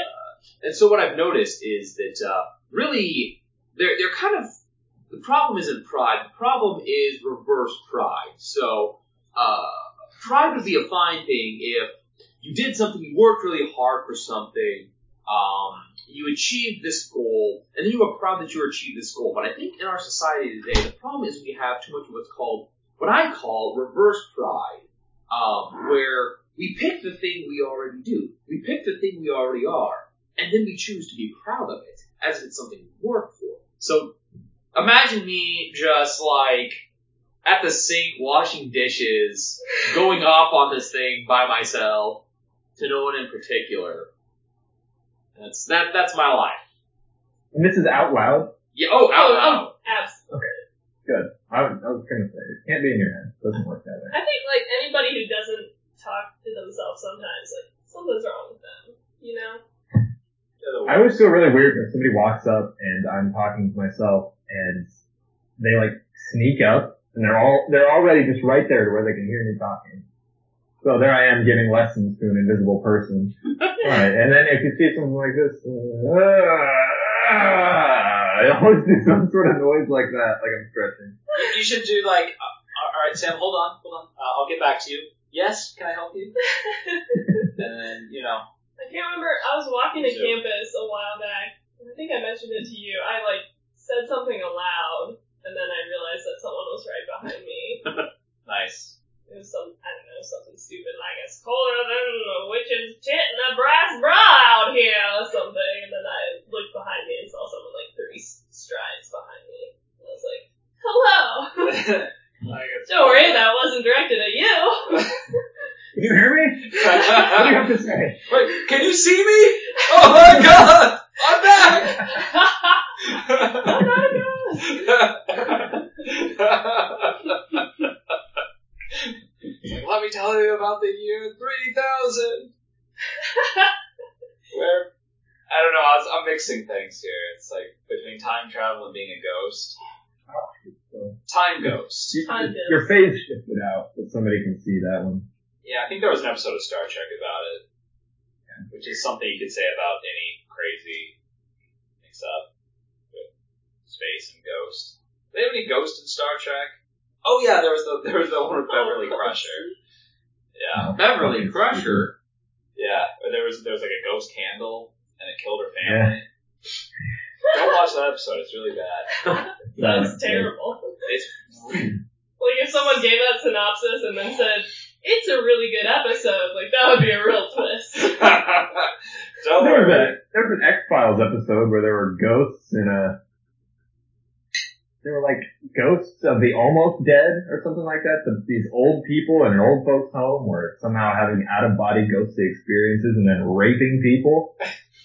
[SPEAKER 1] And so what I've noticed is that uh, really they're they're kind of the problem isn't pride. The problem is reverse pride. So uh, pride would be a fine thing if you did something, you worked really hard for something, um, you achieved this goal, and then you were proud that you achieved this goal. But I think in our society today, the problem is we have too much of what's called what I call reverse pride, um, where We pick the thing we already do. We pick the thing we already are, and then we choose to be proud of it as if it's something we work for. So imagine me just like at the sink washing dishes, going off on this thing by myself to no one in particular. That's that. That's my life.
[SPEAKER 3] And this is out loud.
[SPEAKER 1] Yeah. Oh, out
[SPEAKER 4] Oh,
[SPEAKER 1] loud.
[SPEAKER 4] oh, absolutely.
[SPEAKER 3] I was, I was gonna say it can't be in your head. It doesn't work that way.
[SPEAKER 4] I think like anybody who doesn't talk to themselves sometimes, like something's wrong with them. You know?
[SPEAKER 3] I always feel really weird when somebody walks up and I'm talking to myself and they like sneak up and they're all they're already just right there to where they can hear me talking. So there I am giving lessons to an invisible person. Alright, and then if you see something like this, uh, I always do some sort of noise like that, like I'm stretching.
[SPEAKER 2] You should do like, uh, all right, Sam, hold on, hold on. Uh, I'll get back to you. Yes, can I help you? and then, you know,
[SPEAKER 4] I can't remember. I was walking to
[SPEAKER 2] Me too.
[SPEAKER 4] campus a while back. and I think I mentioned it to you. I like said something aloud, and then I realized that someone was right behind
[SPEAKER 2] <laughs>
[SPEAKER 4] me.
[SPEAKER 2] nice.
[SPEAKER 4] It was some, I don't know, something stupid like it's colder than a witch's tit and a brass bra out here or something. And then I looked behind me and saw someone like three s- strides behind me. And I was like, hello. <laughs> Don't worry, that wasn't directed at you.
[SPEAKER 3] Can you hear me? What do you have to say?
[SPEAKER 1] Wait, can you see
[SPEAKER 2] <laughs>
[SPEAKER 1] me? Oh my god! I'm back!
[SPEAKER 4] I'm not a ghost.
[SPEAKER 1] Let me tell you about the year
[SPEAKER 2] <laughs>
[SPEAKER 1] 3000!
[SPEAKER 2] Where? I don't know. I was, I'm mixing things here. It's like between time travel and being a ghost. Time ghost.
[SPEAKER 4] Time goes.
[SPEAKER 3] Your face shifted out, but somebody can see that one.
[SPEAKER 2] Yeah, I think there was an episode of Star Trek about it, which is something you could say about any crazy mix up with space and ghosts. Do they have any ghosts in Star Trek? Oh yeah, there was the <laughs> there was the one with
[SPEAKER 3] <laughs>
[SPEAKER 2] Beverly Crusher. Yeah,
[SPEAKER 1] Beverly Crusher?
[SPEAKER 2] yeah. Or there was there was like a ghost candle and it killed her family. Don't watch that episode; it's really bad.
[SPEAKER 4] Sounds terrible.
[SPEAKER 3] <laughs>
[SPEAKER 2] It's <laughs>
[SPEAKER 4] Like if someone gave that synopsis and then said, it's a really good episode, like that would be a real twist.
[SPEAKER 2] don't
[SPEAKER 3] There was,
[SPEAKER 2] worry.
[SPEAKER 3] a, there was an X Files episode where there were ghosts and a. They were like ghosts of the almost dead or something like that. The, these old people in an old folks home were somehow having out of body ghostly experiences and then raping people.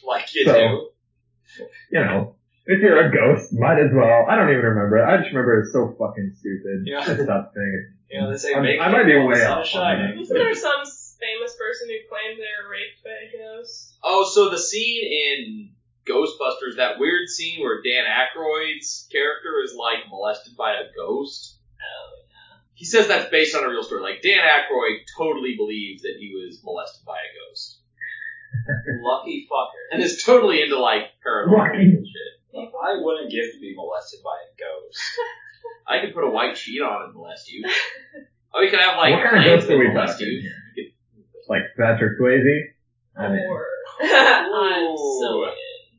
[SPEAKER 2] Like you
[SPEAKER 3] So-
[SPEAKER 2] do.
[SPEAKER 3] You know, if you're a ghost, might as well. I don't even remember. it. I just remember it's so fucking stupid.
[SPEAKER 2] Yeah.
[SPEAKER 3] Just stop saying it.
[SPEAKER 2] You know, they say
[SPEAKER 3] I'm-
[SPEAKER 2] make
[SPEAKER 3] I might be
[SPEAKER 2] people
[SPEAKER 3] way
[SPEAKER 2] the sun
[SPEAKER 3] off
[SPEAKER 2] is
[SPEAKER 3] on that.
[SPEAKER 2] shining.
[SPEAKER 4] Wasn't there some famous person who claimed they were raped by a ghost?
[SPEAKER 1] Oh, so the scene in Ghostbusters, that weird scene where Dan Aykroyd's character is like molested by a ghost?
[SPEAKER 2] Oh,
[SPEAKER 1] He says that's based on a real story. Like, Dan Aykroyd totally believes that he was molested by a ghost.
[SPEAKER 2] <laughs> Lucky fucker.
[SPEAKER 1] And is totally into, like, paranormal
[SPEAKER 3] Lucky.
[SPEAKER 1] shit.
[SPEAKER 2] I wouldn't give to be molested by a ghost.
[SPEAKER 1] I could put a white sheet on and molest you. Or you could have, like,
[SPEAKER 3] what kind
[SPEAKER 1] planes
[SPEAKER 3] of ghosts are
[SPEAKER 1] that
[SPEAKER 3] we
[SPEAKER 1] molest
[SPEAKER 3] talking?
[SPEAKER 1] you.
[SPEAKER 3] here? Like Patrick Swayze? I mean,
[SPEAKER 4] Or <laughs> I'm so
[SPEAKER 2] Ooh.
[SPEAKER 4] in.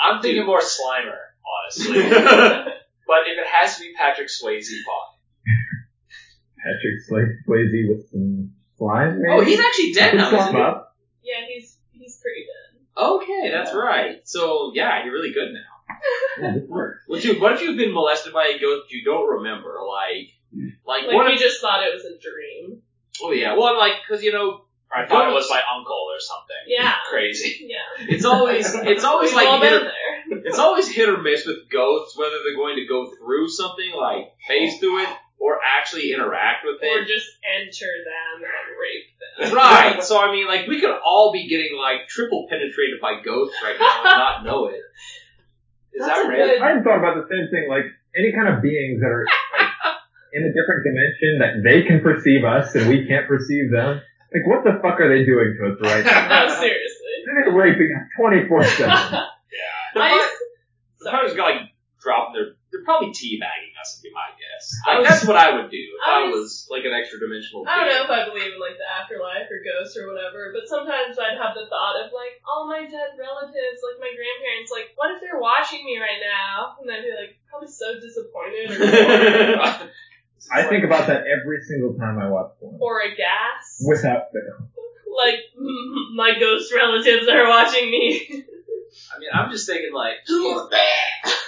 [SPEAKER 2] I'm thinking more Slimer, honestly.
[SPEAKER 1] <laughs>
[SPEAKER 2] but if it has to be Patrick Swayze, fine.
[SPEAKER 3] Patrick Swa- Swayze with some slime. Maybe?
[SPEAKER 1] Oh, he's actually dead now,
[SPEAKER 3] Slime
[SPEAKER 1] isn't he?
[SPEAKER 3] up.
[SPEAKER 4] Yeah, he's he's pretty dead.
[SPEAKER 1] Okay, that's right. So, yeah, you're really good now.
[SPEAKER 3] Yeah, this works.
[SPEAKER 1] Well, dude, <laughs> what if you've been molested by a ghost you don't remember? Like, like,
[SPEAKER 4] Like
[SPEAKER 1] what
[SPEAKER 4] he
[SPEAKER 1] if,
[SPEAKER 4] just thought it was a dream.
[SPEAKER 1] oh yeah, well, like, cause you know,
[SPEAKER 2] Or I thought it was my uncle or something.
[SPEAKER 4] Yeah.
[SPEAKER 2] Crazy.
[SPEAKER 4] Yeah.
[SPEAKER 1] it's always, it's always
[SPEAKER 4] We've all
[SPEAKER 1] like, hit
[SPEAKER 4] been
[SPEAKER 1] or,
[SPEAKER 4] there.
[SPEAKER 1] it's always hit or miss with ghosts, whether they're going to go through something, like, phase through it, or actually interact with
[SPEAKER 4] Or
[SPEAKER 1] it.
[SPEAKER 4] just enter them and rape
[SPEAKER 1] <laughs>
[SPEAKER 4] them. <laughs>
[SPEAKER 1] Right, so I mean, like, we could all be getting, like, triple penetrated by ghosts right now and not know it. Is
[SPEAKER 4] That's
[SPEAKER 1] that
[SPEAKER 4] a
[SPEAKER 1] real?
[SPEAKER 4] good-
[SPEAKER 3] I thought about the same thing, like any kind of beings that are
[SPEAKER 4] <laughs>
[SPEAKER 3] like, in a different dimension that they can perceive us and we can't perceive them. Like what the fuck are they doing to us
[SPEAKER 4] <laughs>
[SPEAKER 3] right now?
[SPEAKER 4] No, seriously.
[SPEAKER 3] They're raping us 24
[SPEAKER 4] <laughs>
[SPEAKER 3] 7.
[SPEAKER 1] The
[SPEAKER 4] I
[SPEAKER 1] part-
[SPEAKER 4] used-
[SPEAKER 1] The part is gonna like drop their they're probably teabagging us would be my guess.
[SPEAKER 2] I
[SPEAKER 1] Like
[SPEAKER 2] was-
[SPEAKER 1] that's what I would do if I
[SPEAKER 4] I
[SPEAKER 1] was
[SPEAKER 4] was-
[SPEAKER 1] like an extra dimensional
[SPEAKER 4] I don't
[SPEAKER 1] being.
[SPEAKER 4] know if I believe in like the afterlife or ghosts or whatever, but sometimes I'd have the thought of like all my dead relatives, like my grandparents, like what if they're watching me right now? And I'd be like probably so
[SPEAKER 1] <laughs>
[SPEAKER 4] disappointed or
[SPEAKER 1] It's
[SPEAKER 3] I
[SPEAKER 1] like-
[SPEAKER 4] <laughs>
[SPEAKER 3] think about that every single time I watch porn.
[SPEAKER 4] or aghast.
[SPEAKER 3] Without fail.
[SPEAKER 4] like <laughs> my ghost relatives that are watching me.
[SPEAKER 1] <laughs>
[SPEAKER 4] <laughs>
[SPEAKER 1] I mean, I'm just thinking like,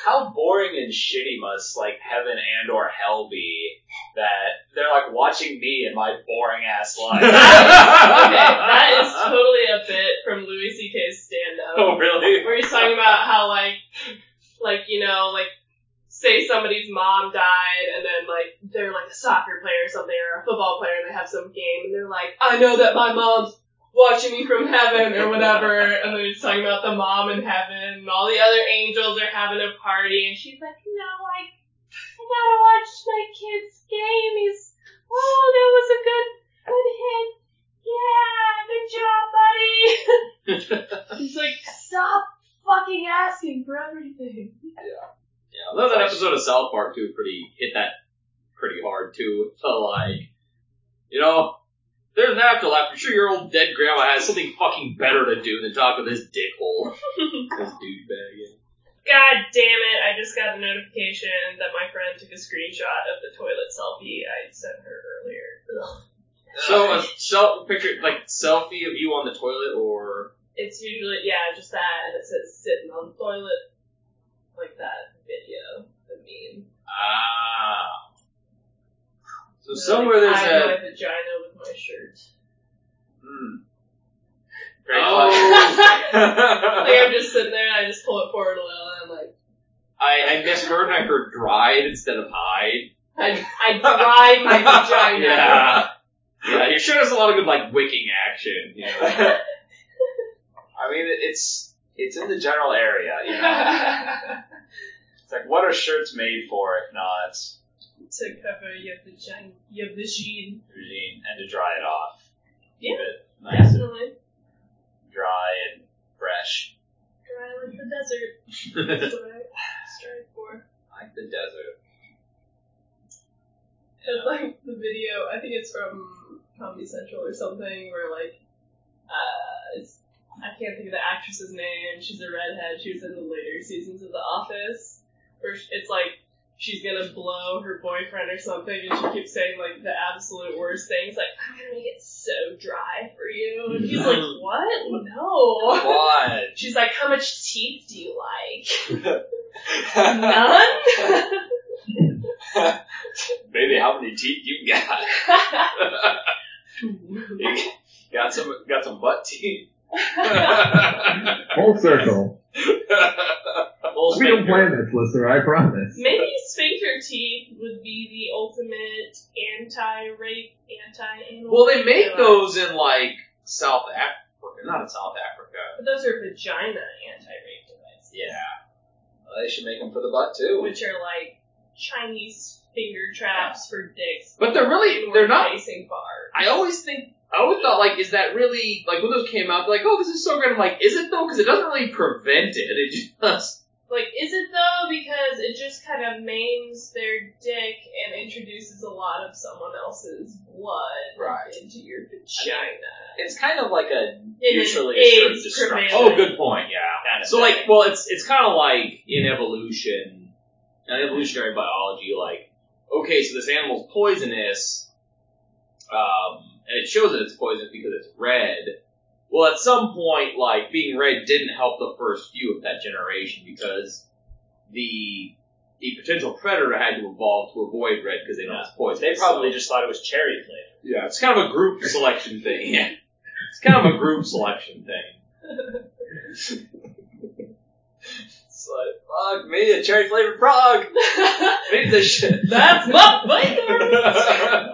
[SPEAKER 1] how boring and shitty must like heaven and or hell be that they're like watching me and my boring ass life. okay, <laughs>
[SPEAKER 4] okay, that is totally a bit from Louis C.K.'s stand-up.
[SPEAKER 1] Oh really?
[SPEAKER 4] where he's talking about how like like you know like say somebody's mom died and then like they're like a soccer player or something or a football player and they have some game and they're like i know that my mom's watching me from heaven or whatever and then he's talking about the mom in heaven and all the other angels are having a party and she's like no i i gotta watch my kid's game he's oh that was a good good hit yeah good job buddy <laughs> He's like, stop fucking asking for everything.
[SPEAKER 1] Yeah, although that episode of South Park too pretty hit that pretty hard too. To like, you know, there's an afterlife. I'm sure your old dead grandma has something fucking better to do than talk with this
[SPEAKER 4] <laughs>
[SPEAKER 1] dickhole, this douchebag.
[SPEAKER 4] God damn it, I just got a notification that my friend took a screenshot of the toilet selfie I sent her earlier. <laughs>
[SPEAKER 1] So a self picture like selfie of you on the toilet or
[SPEAKER 4] It's usually, yeah, just that, and it says sitting on the toilet. Like that video, the meme.
[SPEAKER 1] ah. So somewhere there's a
[SPEAKER 4] I have my vagina with my
[SPEAKER 1] <laughs>
[SPEAKER 4] shirt.
[SPEAKER 1] mm,
[SPEAKER 2] Great
[SPEAKER 1] Oh.
[SPEAKER 4] Like,
[SPEAKER 1] I,
[SPEAKER 4] I'm just sitting there and I just pull it forward a little and I'm like,
[SPEAKER 1] I misheard and I heard dried instead of hide.
[SPEAKER 4] I, <laughs>
[SPEAKER 1] <laughs>
[SPEAKER 4] I dry my vagina.
[SPEAKER 1] yeah. Yeah, your shirt has a lot of good like wicking action, you know. <laughs> I mean, it- it's it's in the general area. You <laughs> know? it's like what are shirts made for if not
[SPEAKER 4] <laughs> to cover your vagina, your vagina.
[SPEAKER 1] routine and to dry it off, keep it nice and
[SPEAKER 4] Definitely.
[SPEAKER 1] dry and fresh,
[SPEAKER 4] Dry like the desert. <laughs>
[SPEAKER 1] like
[SPEAKER 4] That's what I strive for.
[SPEAKER 1] the desert.
[SPEAKER 4] It's like the video, I think it's from Comedy Central or something, where like, uh, it's, I can't think of the actress's name. She's a redhead. She was in the later seasons of The Office. Where sh- it's like, she's gonna blow her boyfriend or something, and she keeps saying like the absolute worst things, like, I'm gonna make it so dry for you. And he's like, <laughs> what? No.
[SPEAKER 1] Why?
[SPEAKER 4] She's like, how much teeth do you like?
[SPEAKER 1] <laughs>
[SPEAKER 4] None?
[SPEAKER 1] <laughs> Maybe how many teeth you got? <laughs> You got some got some butt teeth. <laughs>
[SPEAKER 3] Full circle.
[SPEAKER 1] Full
[SPEAKER 3] We don't
[SPEAKER 1] sphincter.
[SPEAKER 3] plan this, listener. I promise.
[SPEAKER 4] Maybe sphincter teeth would be the ultimate anti-rape, anti-animal.
[SPEAKER 1] Well, they make
[SPEAKER 4] killer.
[SPEAKER 1] those in like South Africa, not in South Africa.
[SPEAKER 4] But those are vagina anti-rape devices.
[SPEAKER 1] Yeah, well, they should make them for the butt <laughs> too.
[SPEAKER 4] Which are like Chinese finger traps for dicks.
[SPEAKER 1] But they're really they're not.
[SPEAKER 4] Facing bar.
[SPEAKER 1] I always think I always thought like, is that really like when those came out? Like, oh, this is so great. I'm like, is it though? Because it doesn't really prevent it. It just
[SPEAKER 4] Like, is it though? Because it just kind of maims their dick and introduces a lot of someone else's blood
[SPEAKER 1] right.
[SPEAKER 4] into your vagina.
[SPEAKER 1] It's kind of like a
[SPEAKER 4] In an
[SPEAKER 1] mutually assured
[SPEAKER 4] AIDS
[SPEAKER 1] destruction.
[SPEAKER 4] prevalent-
[SPEAKER 1] Oh, good point. Yeah.
[SPEAKER 2] Kind of
[SPEAKER 1] So
[SPEAKER 2] thing.
[SPEAKER 1] like, well, it's it's kind of like in evolution, in evolutionary biology, like, okay, so this animal's poisonous, um, and it shows that it's poisonous because it's red. Well, at some point, like being red didn't help the first few of that generation because the the potential predator had to evolve to avoid red because they know it's poison.
[SPEAKER 2] They probably
[SPEAKER 1] So-
[SPEAKER 2] just thought it was cherry flavored.
[SPEAKER 1] yeah, it's kind of a group selection thing. Yeah. It's kind of a group selection thing. it's like, fuck me, a cherry flavored frog! Beat this shit!
[SPEAKER 4] <laughs> That's my
[SPEAKER 1] <laughs>
[SPEAKER 4] flavor.
[SPEAKER 1] yeah,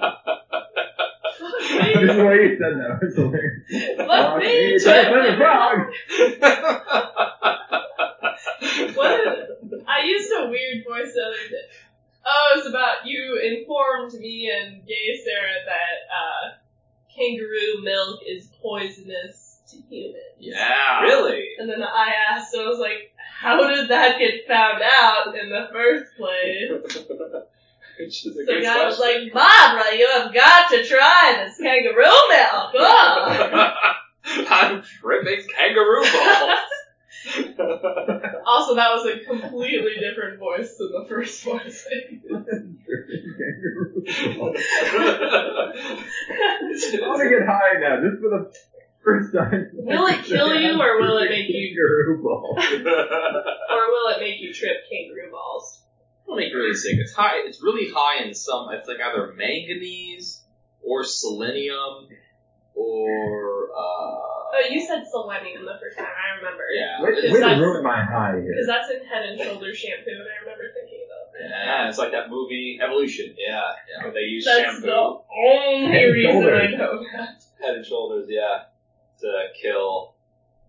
[SPEAKER 3] This is why you said that. <laughs> It's "Oh, hilarious.
[SPEAKER 4] Let me
[SPEAKER 3] It's like a
[SPEAKER 4] <laughs> check.
[SPEAKER 3] frog.
[SPEAKER 4] What? I used a weird voice the other day. Oh, it was about you informed me and gay Sarah that uh, kangaroo milk is poisonous to humans.
[SPEAKER 1] really?
[SPEAKER 4] And then I asked, I was like, how did that get found out in the first place?
[SPEAKER 1] Which is a
[SPEAKER 4] So
[SPEAKER 1] good
[SPEAKER 4] God was
[SPEAKER 1] question.
[SPEAKER 4] like, Barbara, you have got to try this
[SPEAKER 1] <laughs>
[SPEAKER 4] kangaroo milk. Oh.
[SPEAKER 1] <laughs> I'm tripping kangaroo <laughs>
[SPEAKER 4] <laughs>
[SPEAKER 1] balls.
[SPEAKER 4] Also, that was a completely different voice than the first voice.
[SPEAKER 3] I want to get high now, just for the first time.
[SPEAKER 4] Will it kill you or will it make you,
[SPEAKER 3] Kangaroo
[SPEAKER 4] <laughs>
[SPEAKER 3] ball.
[SPEAKER 4] <laughs> or will it make you trip kangaroo balls?
[SPEAKER 1] It'll make you really sick. It's high. It's really high in some. It's like either manganese or selenium or uh,
[SPEAKER 4] Oh, you said selenium the first time. I remember.
[SPEAKER 1] yeah.
[SPEAKER 3] Way
[SPEAKER 1] It's-
[SPEAKER 3] way to ruin my high here.
[SPEAKER 4] Because that's in Head and Shoulder shampoo, and I remember thinking about
[SPEAKER 1] yeah, it's like that movie Evolution.
[SPEAKER 2] Yeah,
[SPEAKER 1] Yeah.
[SPEAKER 2] but they use
[SPEAKER 4] That's
[SPEAKER 2] shampoo,
[SPEAKER 4] the only
[SPEAKER 3] Head and
[SPEAKER 4] reason
[SPEAKER 3] Shoulder.
[SPEAKER 4] I know that.
[SPEAKER 2] head and shoulders, yeah, to kill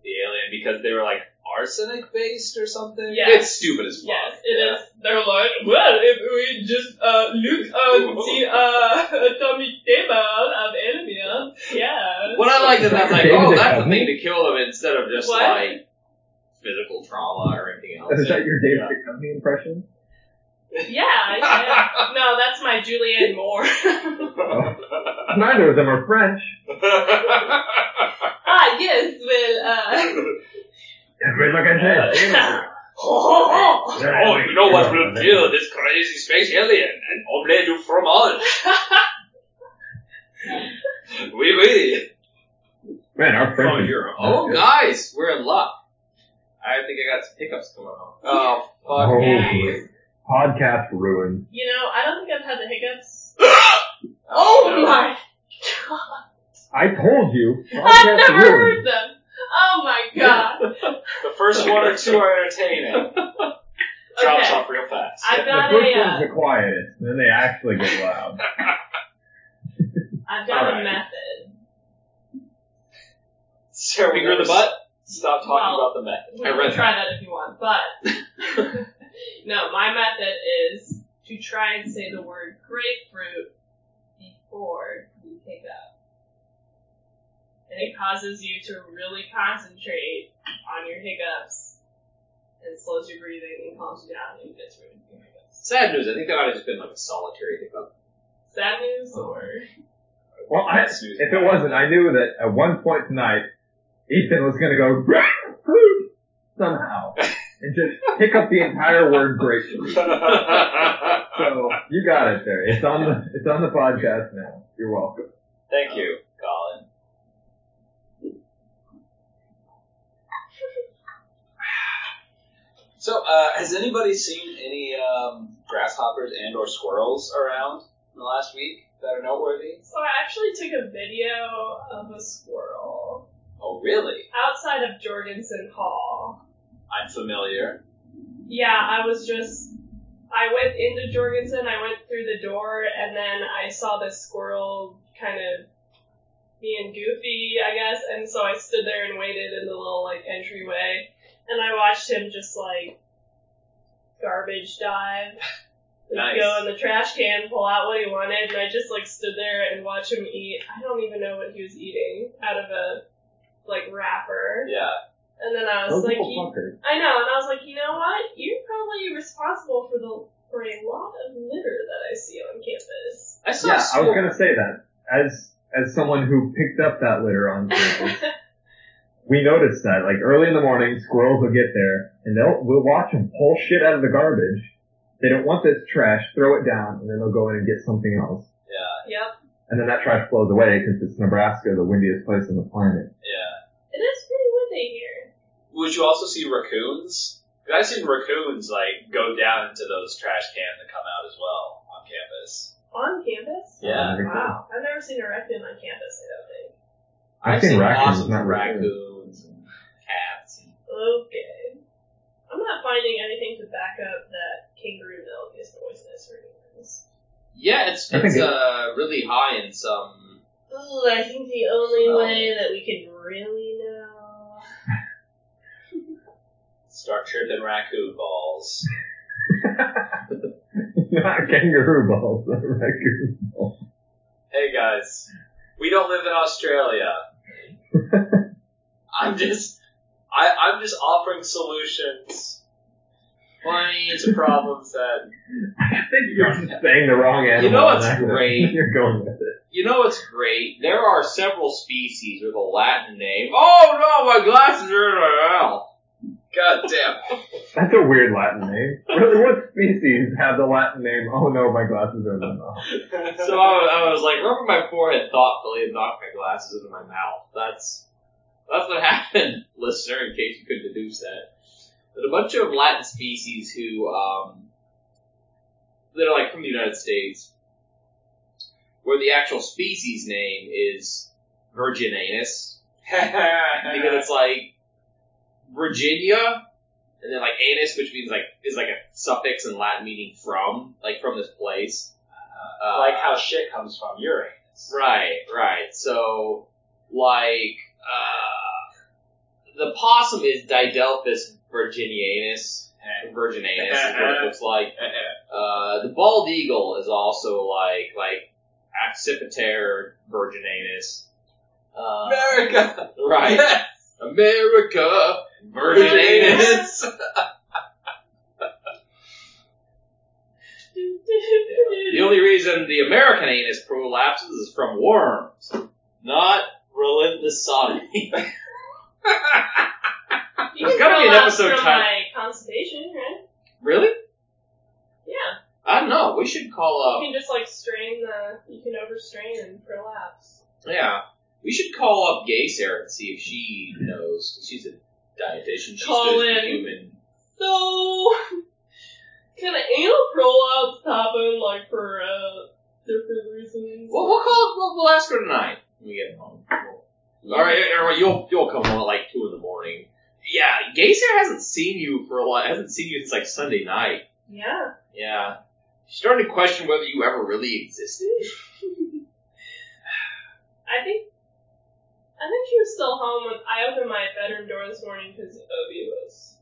[SPEAKER 2] the alien because they were like arsenic based or something.
[SPEAKER 4] Yeah.
[SPEAKER 1] It's stupid as fuck.
[SPEAKER 4] Yes, it is. They're like, well, if we just uh, look at the uh, <laughs> atomic table of Elmia, yeah.
[SPEAKER 1] What I liked is I was like,
[SPEAKER 3] David's
[SPEAKER 1] oh,
[SPEAKER 3] a
[SPEAKER 1] that's the
[SPEAKER 3] cousin.
[SPEAKER 1] thing to kill them instead of just
[SPEAKER 4] What?
[SPEAKER 1] like physical trauma or anything else.
[SPEAKER 3] Is that your David Duchovny
[SPEAKER 2] <laughs>
[SPEAKER 3] impression?
[SPEAKER 4] Yeah, yeah.
[SPEAKER 1] <laughs>
[SPEAKER 4] No, that's my Julianne Moore.
[SPEAKER 3] Neither of them are French.
[SPEAKER 4] ah, yes, well,
[SPEAKER 3] Every look at this.
[SPEAKER 4] uh. oh,
[SPEAKER 2] Oh, you know what will kill this crazy space alien? An omelette du
[SPEAKER 4] <laughs>
[SPEAKER 2] fromage. Oui, oui.
[SPEAKER 3] Man, our
[SPEAKER 1] From
[SPEAKER 3] French.
[SPEAKER 1] Europe. Oh, guys, we're in luck. I think I got some hiccups coming on. Oh, fuck
[SPEAKER 3] Oh,
[SPEAKER 1] me.
[SPEAKER 3] podcast ruined.
[SPEAKER 4] <laughs> You know, I don't think I've had the hiccups.
[SPEAKER 1] Oh, no.
[SPEAKER 4] my! <laughs>
[SPEAKER 3] I told you.
[SPEAKER 4] I've
[SPEAKER 3] Podcast
[SPEAKER 4] never
[SPEAKER 3] ruined.
[SPEAKER 4] heard them. Oh my god.
[SPEAKER 2] The first one or two
[SPEAKER 4] <laughs>
[SPEAKER 2] are entertaining. Drops
[SPEAKER 4] Okay.
[SPEAKER 2] off real fast.
[SPEAKER 4] I've
[SPEAKER 3] The
[SPEAKER 4] got
[SPEAKER 3] first
[SPEAKER 4] a, uh,
[SPEAKER 3] one's the quietest, and then they actually get loud.
[SPEAKER 4] I've got
[SPEAKER 2] Alright.
[SPEAKER 4] a method.
[SPEAKER 2] Sarah, we
[SPEAKER 1] Finger in the
[SPEAKER 2] never
[SPEAKER 1] butt?
[SPEAKER 2] Stop talking
[SPEAKER 4] Well-
[SPEAKER 2] about the method.
[SPEAKER 4] You
[SPEAKER 1] I
[SPEAKER 4] can
[SPEAKER 1] read
[SPEAKER 4] try that if you
[SPEAKER 1] <laughs>
[SPEAKER 4] want, but no, my method is to try and say the word grapefruit before you pick up. And it causes you to really concentrate on your hiccups and slows your breathing and calms you down and gets rid of your hiccups.
[SPEAKER 1] Sad news, I think that might have just been like a solitary hiccup.
[SPEAKER 4] Sad news or
[SPEAKER 3] Well, I, if it wasn't, <laughs> I knew that at one point tonight, Ethan was gonna go <laughs> grapefruit somehow and just pick up the entire word grapefruit. So you got it there. It's on the it's on the podcast now. You're welcome.
[SPEAKER 2] <laughs> Thank you, Colin. So, uh, has anybody seen any um, grasshoppers and or squirrels around in the last week that are noteworthy?
[SPEAKER 4] So I actually took a video of a squirrel
[SPEAKER 2] Oh, really?
[SPEAKER 4] outside of Jorgensen Hall.
[SPEAKER 2] I'm familiar.
[SPEAKER 4] Yeah, I was just. I went into Jorgensen, I went through the door, and then I saw this squirrel kind of being goofy, I guess, and so I stood there and waited in the little, like, entryway, and I watched him just, like, garbage dive. <laughs> Like,
[SPEAKER 2] Nice.
[SPEAKER 4] Go in the trash can, pull out what he wanted, and I just, like, stood there and watched him eat. I don't even know what he was eating out of a, like, wrapper.
[SPEAKER 2] Yeah.
[SPEAKER 4] And then I was
[SPEAKER 3] Those
[SPEAKER 4] like,
[SPEAKER 3] little
[SPEAKER 4] you
[SPEAKER 3] fuckers.
[SPEAKER 4] I know, and I was like, you know what? You're probably responsible for the for a lot of litter that I see on campus.
[SPEAKER 1] I saw
[SPEAKER 3] Yeah, I was
[SPEAKER 1] squirrel-
[SPEAKER 3] gonna say that as as someone who picked up that litter on campus. we noticed that. Like early in the morning, squirrels will get there and they'll we'll watch them pull shit out of the garbage. They don't want this trash, throw it down, and then they'll go in and get something else.
[SPEAKER 4] Uh, yep,
[SPEAKER 3] And then that trash flows away because it's Nebraska, the windiest place on the planet.
[SPEAKER 4] it
[SPEAKER 2] Yeah.
[SPEAKER 4] is pretty windy here.
[SPEAKER 2] Would you also see raccoons? 'Cause I've seen raccoons like go down into those trash cans and come out as well on campus.
[SPEAKER 4] On campus?
[SPEAKER 2] Yeah.
[SPEAKER 3] <laughs> Everything.
[SPEAKER 4] Wow, I've never seen a raccoon on campus. I don't think.
[SPEAKER 3] I've seen raccoons,
[SPEAKER 1] lots of
[SPEAKER 3] not raccoons.
[SPEAKER 1] raccoons and cats. And
[SPEAKER 4] Okay, I'm not finding anything to back up that kangaroo milk is poisonous or anything.
[SPEAKER 1] yeah, it's
[SPEAKER 3] I think
[SPEAKER 1] it's
[SPEAKER 3] it-
[SPEAKER 1] uh, really high in some.
[SPEAKER 4] Ooh, I think the only
[SPEAKER 1] Smell.
[SPEAKER 4] way that we can really <laughs> know.
[SPEAKER 2] Start tripping raccoon balls.
[SPEAKER 3] Not kangaroo balls, <laughs> but raccoon balls.
[SPEAKER 2] Hey guys, we don't live
[SPEAKER 3] <laughs>
[SPEAKER 2] in Australia. I'm just, I, I'm just offering solutions, pointing to problems <laughs> that.
[SPEAKER 3] I think you're just saying the wrong animal.
[SPEAKER 1] know what's
[SPEAKER 3] <laughs> and that's it.
[SPEAKER 1] great?
[SPEAKER 3] You're going with it.
[SPEAKER 1] You know what's great? There are several species with a Latin name. Oh no, my glasses are in my mouth.
[SPEAKER 2] God damn.
[SPEAKER 3] That's a weird Latin name. Really, what species have the Latin name? Oh no, my glasses are in my mouth.
[SPEAKER 2] <laughs>
[SPEAKER 1] So I, I was like rubbing my forehead thoughtfully and knocked my glasses into my mouth. That's That's what <laughs> happened, listener, in case you couldn't deduce that. That a bunch of Latin species who, um, that are like from the United States, where the actual species name is Virginanus, because it's like Virginia, and then like anus, which means like, is like a suffix in Latin meaning from, like from this place. Uh,
[SPEAKER 2] like how shit comes from Uranus.
[SPEAKER 1] Right, right. So, like, uh, the possum is Didelphus virginianus,
[SPEAKER 2] Eh.
[SPEAKER 1] virginanus is what it looks like.
[SPEAKER 2] Eh, eh.
[SPEAKER 1] Uh, the bald eagle is also like, like, accipiter virginanus. Uh,
[SPEAKER 2] <laughs> America! <laughs>
[SPEAKER 1] Right. America virginanus.
[SPEAKER 2] Virginanus!
[SPEAKER 1] The only reason the American anus prolapses is from worms, not relentless sodomy.
[SPEAKER 4] You
[SPEAKER 1] There's
[SPEAKER 4] can
[SPEAKER 1] gotta be an
[SPEAKER 4] fill out
[SPEAKER 1] episode
[SPEAKER 4] from
[SPEAKER 1] title.
[SPEAKER 4] my constipation, right?
[SPEAKER 1] really?
[SPEAKER 4] Yeah.
[SPEAKER 1] I don't know. We should call
[SPEAKER 4] You can just like strain the. You can overstrain and prolapse.
[SPEAKER 1] up. Yeah, we should call up Gay Sarah and see if she knows. 'cause She's a dietitian. She
[SPEAKER 4] Call
[SPEAKER 1] studies the
[SPEAKER 4] in.
[SPEAKER 1] human.
[SPEAKER 4] So, <laughs> can anal prolapse happen like for uh, different reasons?
[SPEAKER 1] Well, we'll call. We'll, we'll ask her tonight when we get home. We'll- All right, all right, you'll you'll come home at like two in the morning. Yeah, Gay Sarah hasn't seen you for a lot. Hasn't seen you since like Sunday night.
[SPEAKER 4] Yeah.
[SPEAKER 1] Yeah, she's starting to question whether you ever really existed.
[SPEAKER 4] I think. I think she was still home when I opened my bedroom door this morning because Obi was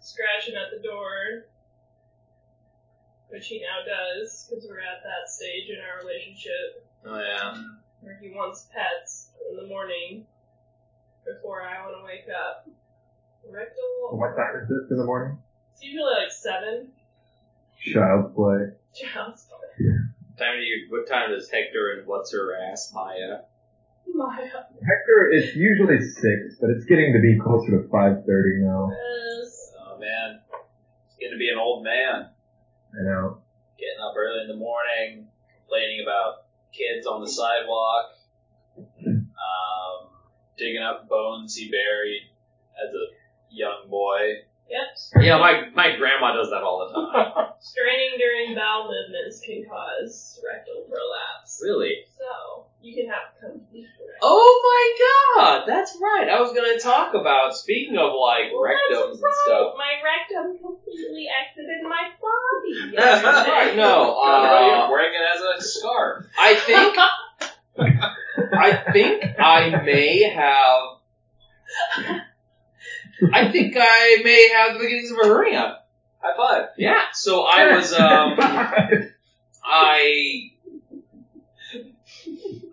[SPEAKER 4] scratching at the door, which he now does because we're at that stage in our relationship.
[SPEAKER 1] Oh yeah.
[SPEAKER 4] where he wants pets in the morning before I want to wake up. Rectal.
[SPEAKER 3] What time is this in the morning?
[SPEAKER 4] It's usually like seven. <laughs>
[SPEAKER 3] Child play.
[SPEAKER 4] Child's play.
[SPEAKER 1] Time do you? What time does Hector and what's her ass Maya?
[SPEAKER 4] Maya.
[SPEAKER 3] Hector, it's usually six, but it's getting to be closer to five thirty now.
[SPEAKER 4] Yes.
[SPEAKER 2] Oh man. It's gonna be an old man.
[SPEAKER 3] I know.
[SPEAKER 2] Getting up early in the morning, complaining about kids on the sidewalk, um, digging up bones he buried as a young boy.
[SPEAKER 4] Yep.
[SPEAKER 1] Yeah, my my grandma does that all the time.
[SPEAKER 4] Straining during bowel movements can cause rectal prolapse.
[SPEAKER 1] really?
[SPEAKER 4] So you can have complete rectal.
[SPEAKER 1] Oh my god, that's right. I was gonna talk about speaking of like rectums and stuff.
[SPEAKER 4] My rectum completely exited
[SPEAKER 1] <laughs>
[SPEAKER 4] my body.
[SPEAKER 1] That's right. No, uh,
[SPEAKER 2] You're wearing it as a scarf.
[SPEAKER 1] I think I think I may have. I think I may have the beginnings of a hernia.
[SPEAKER 2] High five.
[SPEAKER 1] Yeah. So I was
[SPEAKER 3] <laughs>
[SPEAKER 1] um I.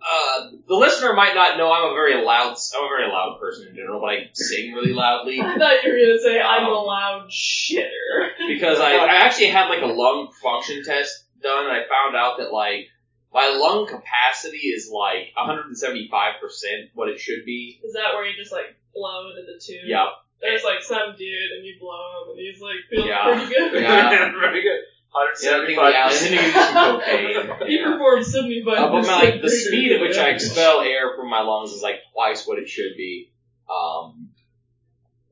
[SPEAKER 1] Uh, the listener might not know I'm a very loud I'm a very loud person in general, but I sing really loudly.
[SPEAKER 4] I thought you were gonna say I'm a
[SPEAKER 1] Um,
[SPEAKER 4] loud shitter.
[SPEAKER 1] because I, I actually had like a lung function test done and I found out that like my lung capacity is like 175% what it should be.
[SPEAKER 4] Is that where you just like blow into the tube?
[SPEAKER 1] Yeah.
[SPEAKER 4] There's like some dude and you blow him and he's like feels
[SPEAKER 1] Yeah.
[SPEAKER 4] pretty good.
[SPEAKER 2] <laughs>
[SPEAKER 1] Yeah.
[SPEAKER 2] Very good.
[SPEAKER 1] Yeah, I think we out.
[SPEAKER 2] 175
[SPEAKER 1] And then you do some cocaine.
[SPEAKER 4] <laughs> He
[SPEAKER 1] Yeah.
[SPEAKER 4] performed seventy
[SPEAKER 1] <laughs>
[SPEAKER 4] five
[SPEAKER 1] Uh, but my,
[SPEAKER 4] percent.
[SPEAKER 1] like the speed at which I expel air from my lungs is like twice what it should be. Um,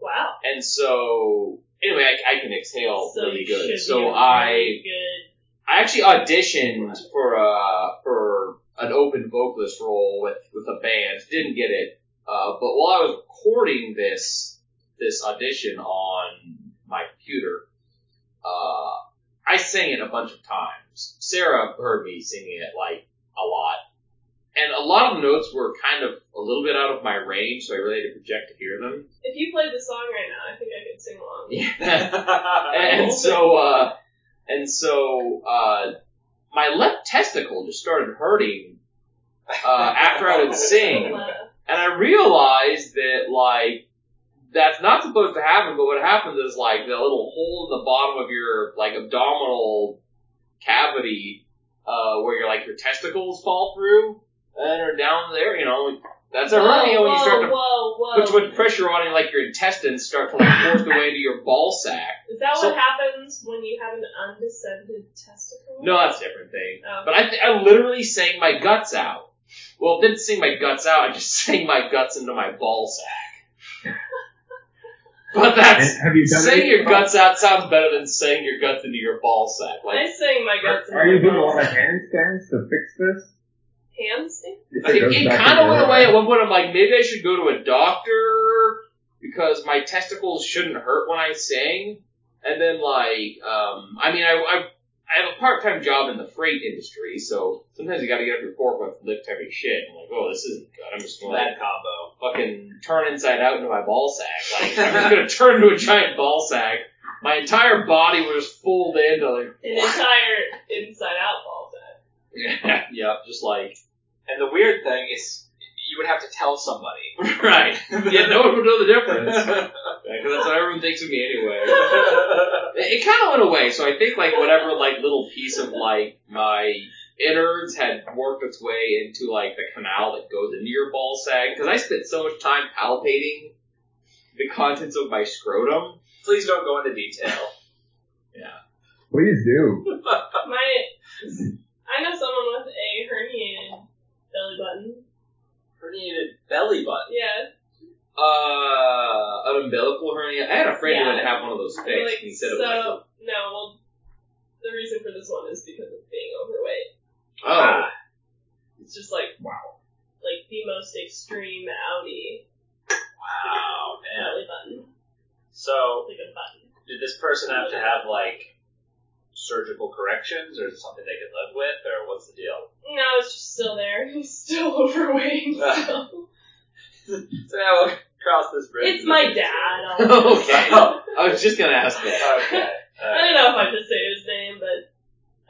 [SPEAKER 4] Wow.
[SPEAKER 1] and so anyway, I, I can exhale
[SPEAKER 4] so
[SPEAKER 1] really
[SPEAKER 4] you
[SPEAKER 1] good.
[SPEAKER 4] should
[SPEAKER 1] So
[SPEAKER 4] be
[SPEAKER 1] I.
[SPEAKER 4] really good.
[SPEAKER 1] I actually auditioned for uh for an open vocalist role with with a band. Didn't get it. Uh, but while I was recording this this audition on my computer, uh, I sang it a bunch of times. Sarah heard me singing it like a lot, and a lot of notes were kind of a little bit out of my range, so I really had to project to hear
[SPEAKER 4] <laughs>
[SPEAKER 1] them.
[SPEAKER 4] If you played the song right now, I think I could sing along.
[SPEAKER 1] <laughs> Yeah.
[SPEAKER 4] <laughs>
[SPEAKER 1] and so uh and so uh my left testicle just started hurting uh after I would sing
[SPEAKER 4] Wow.
[SPEAKER 1] and I realized that like that's not supposed to happen but what happens is like the little hole in the bottom of your like abdominal cavity uh where your like your testicles fall through and are down there you know that's a hernia
[SPEAKER 4] whoa,
[SPEAKER 1] when you start to
[SPEAKER 4] whoa, whoa,
[SPEAKER 1] which would pressure on and like your intestines start to like force their way into your ball sack
[SPEAKER 4] Is that
[SPEAKER 1] so-
[SPEAKER 4] what happens when you have an undescended testicle?
[SPEAKER 1] No, that's a different thing.
[SPEAKER 4] Oh.
[SPEAKER 1] But I, I literally sang my guts out. Well, it didn't sing my guts out. I just <laughs> sang my guts into my ball sack. but that's
[SPEAKER 3] And have you done
[SPEAKER 1] saying
[SPEAKER 3] it?
[SPEAKER 1] your guts out sounds better than saying your guts into your ball sack. Like
[SPEAKER 4] I sang my guts in
[SPEAKER 3] Are you
[SPEAKER 4] my
[SPEAKER 3] doing a lot
[SPEAKER 4] mouth.
[SPEAKER 3] of handstands to fix this?
[SPEAKER 4] Hands?
[SPEAKER 3] You think
[SPEAKER 1] it,
[SPEAKER 3] goes
[SPEAKER 1] it
[SPEAKER 3] back
[SPEAKER 1] kind of
[SPEAKER 3] in
[SPEAKER 1] went
[SPEAKER 3] there?
[SPEAKER 1] away at one point. I'm like, maybe I should go to a doctor because my testicles shouldn't hurt when I sing. And then like, um, I mean, I, I, I have a part-time job in the freight industry, so sometimes you got to get up your forklift and lift heavy shit. I'm like, oh, this isn't good. I'm just going to
[SPEAKER 2] Bad combo.
[SPEAKER 1] fucking turn inside out into my ball sack. <laughs> Like, I'm just going to turn into a giant ball sack. My entire body was fooled into like, <laughs>
[SPEAKER 4] An entire inside out ball sack.
[SPEAKER 1] yeah, yep, just like, <laughs>
[SPEAKER 2] And the weird thing is, you would have to tell somebody.
[SPEAKER 1] right. <laughs> Yeah,
[SPEAKER 2] <laughs>
[SPEAKER 1] no one would know the difference. Because that's what everyone thinks of me anyway. It, it kind of went away, so I think like whatever like little piece of like my innards had worked its way into like the canal that goes into your ball sack. Because I spent so much time palpating the contents of my scrotum.
[SPEAKER 2] Please don't go into detail.
[SPEAKER 3] Please do.
[SPEAKER 4] My, I know someone with a herniated belly button.
[SPEAKER 2] Herniated belly button.
[SPEAKER 4] Yeah,
[SPEAKER 1] Uh, an umbilical hernia. I had a friend who
[SPEAKER 4] Yeah.
[SPEAKER 1] had to have one of those fixed
[SPEAKER 4] like
[SPEAKER 1] and
[SPEAKER 4] so.
[SPEAKER 1] said it was like, oh,
[SPEAKER 4] no, well, the reason for this one is because of being overweight.
[SPEAKER 1] Oh.
[SPEAKER 2] Ah.
[SPEAKER 4] It's just like
[SPEAKER 3] Wow.
[SPEAKER 4] like the most extreme outie
[SPEAKER 2] Wow, man.
[SPEAKER 4] belly button,
[SPEAKER 2] So,
[SPEAKER 4] like a button.
[SPEAKER 2] did this person have to have like surgical corrections, or is it something they could live with, or what's the deal?
[SPEAKER 4] No, it's just still there. <laughs> He's still overweight.
[SPEAKER 2] Ah,
[SPEAKER 4] so.
[SPEAKER 1] Oh.
[SPEAKER 2] So now we'll cross this bridge.
[SPEAKER 4] it's my
[SPEAKER 2] <laughs>
[SPEAKER 4] dad. I'll-
[SPEAKER 1] <laughs> okay.
[SPEAKER 2] Oh. <laughs>
[SPEAKER 1] I was just gonna ask that.
[SPEAKER 2] Okay.
[SPEAKER 4] I
[SPEAKER 2] Uh,
[SPEAKER 4] don't know if I should say his name, but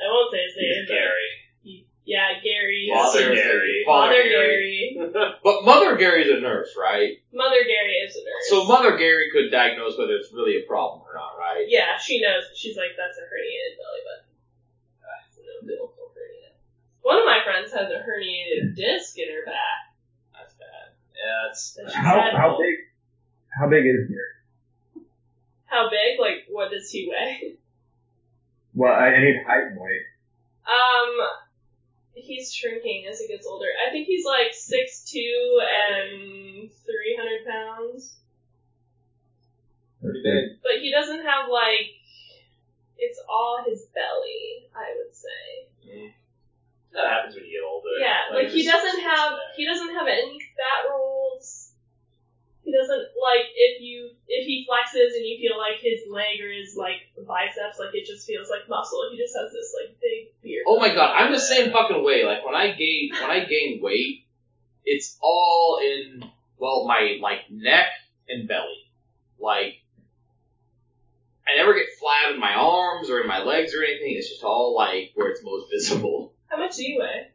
[SPEAKER 4] I won't say his name.
[SPEAKER 2] he's
[SPEAKER 4] but
[SPEAKER 2] Gary.
[SPEAKER 4] He, yeah, Gary.
[SPEAKER 2] Father
[SPEAKER 1] Seriously.
[SPEAKER 2] Gary.
[SPEAKER 1] Father
[SPEAKER 4] Father
[SPEAKER 1] Gary.
[SPEAKER 4] Gary.
[SPEAKER 1] But Mother Gary's a nurse, right?
[SPEAKER 4] Mother Gary is a nurse.
[SPEAKER 1] So Mother Gary could diagnose whether it's really a problem or not, right?
[SPEAKER 4] yeah, she knows. She's like, that's a herniated belly button. Uh, it's an umbilical hernia. One of my friends has a herniated disc in her back.
[SPEAKER 2] That's bad. Yeah, that's
[SPEAKER 4] That she's
[SPEAKER 3] How
[SPEAKER 4] had
[SPEAKER 3] how big how big is Gary?
[SPEAKER 4] How big? Like, what does he weigh? <laughs>
[SPEAKER 3] Well, I, I need height and weight.
[SPEAKER 4] Um, he's shrinking as he gets older. I think he's like 6'2 and 300 pounds.
[SPEAKER 2] pretty big.
[SPEAKER 4] But he doesn't have like, it's all his belly, I would say.
[SPEAKER 2] That happens when you get older.
[SPEAKER 4] Yeah, like he
[SPEAKER 2] it's-
[SPEAKER 4] doesn't have he doesn't have any fat rolls. He doesn't like if you if he flexes and you feel like his leg or his like biceps like it just feels like muscle. He just has this like big beard.
[SPEAKER 1] Oh my god, I'm the same fucking way. Like when I gain when I gain weight, it's all in well my like neck and belly. Like I never get flat in my arms or in my legs or anything. It's just all like where it's most visible.
[SPEAKER 4] How much do you weigh?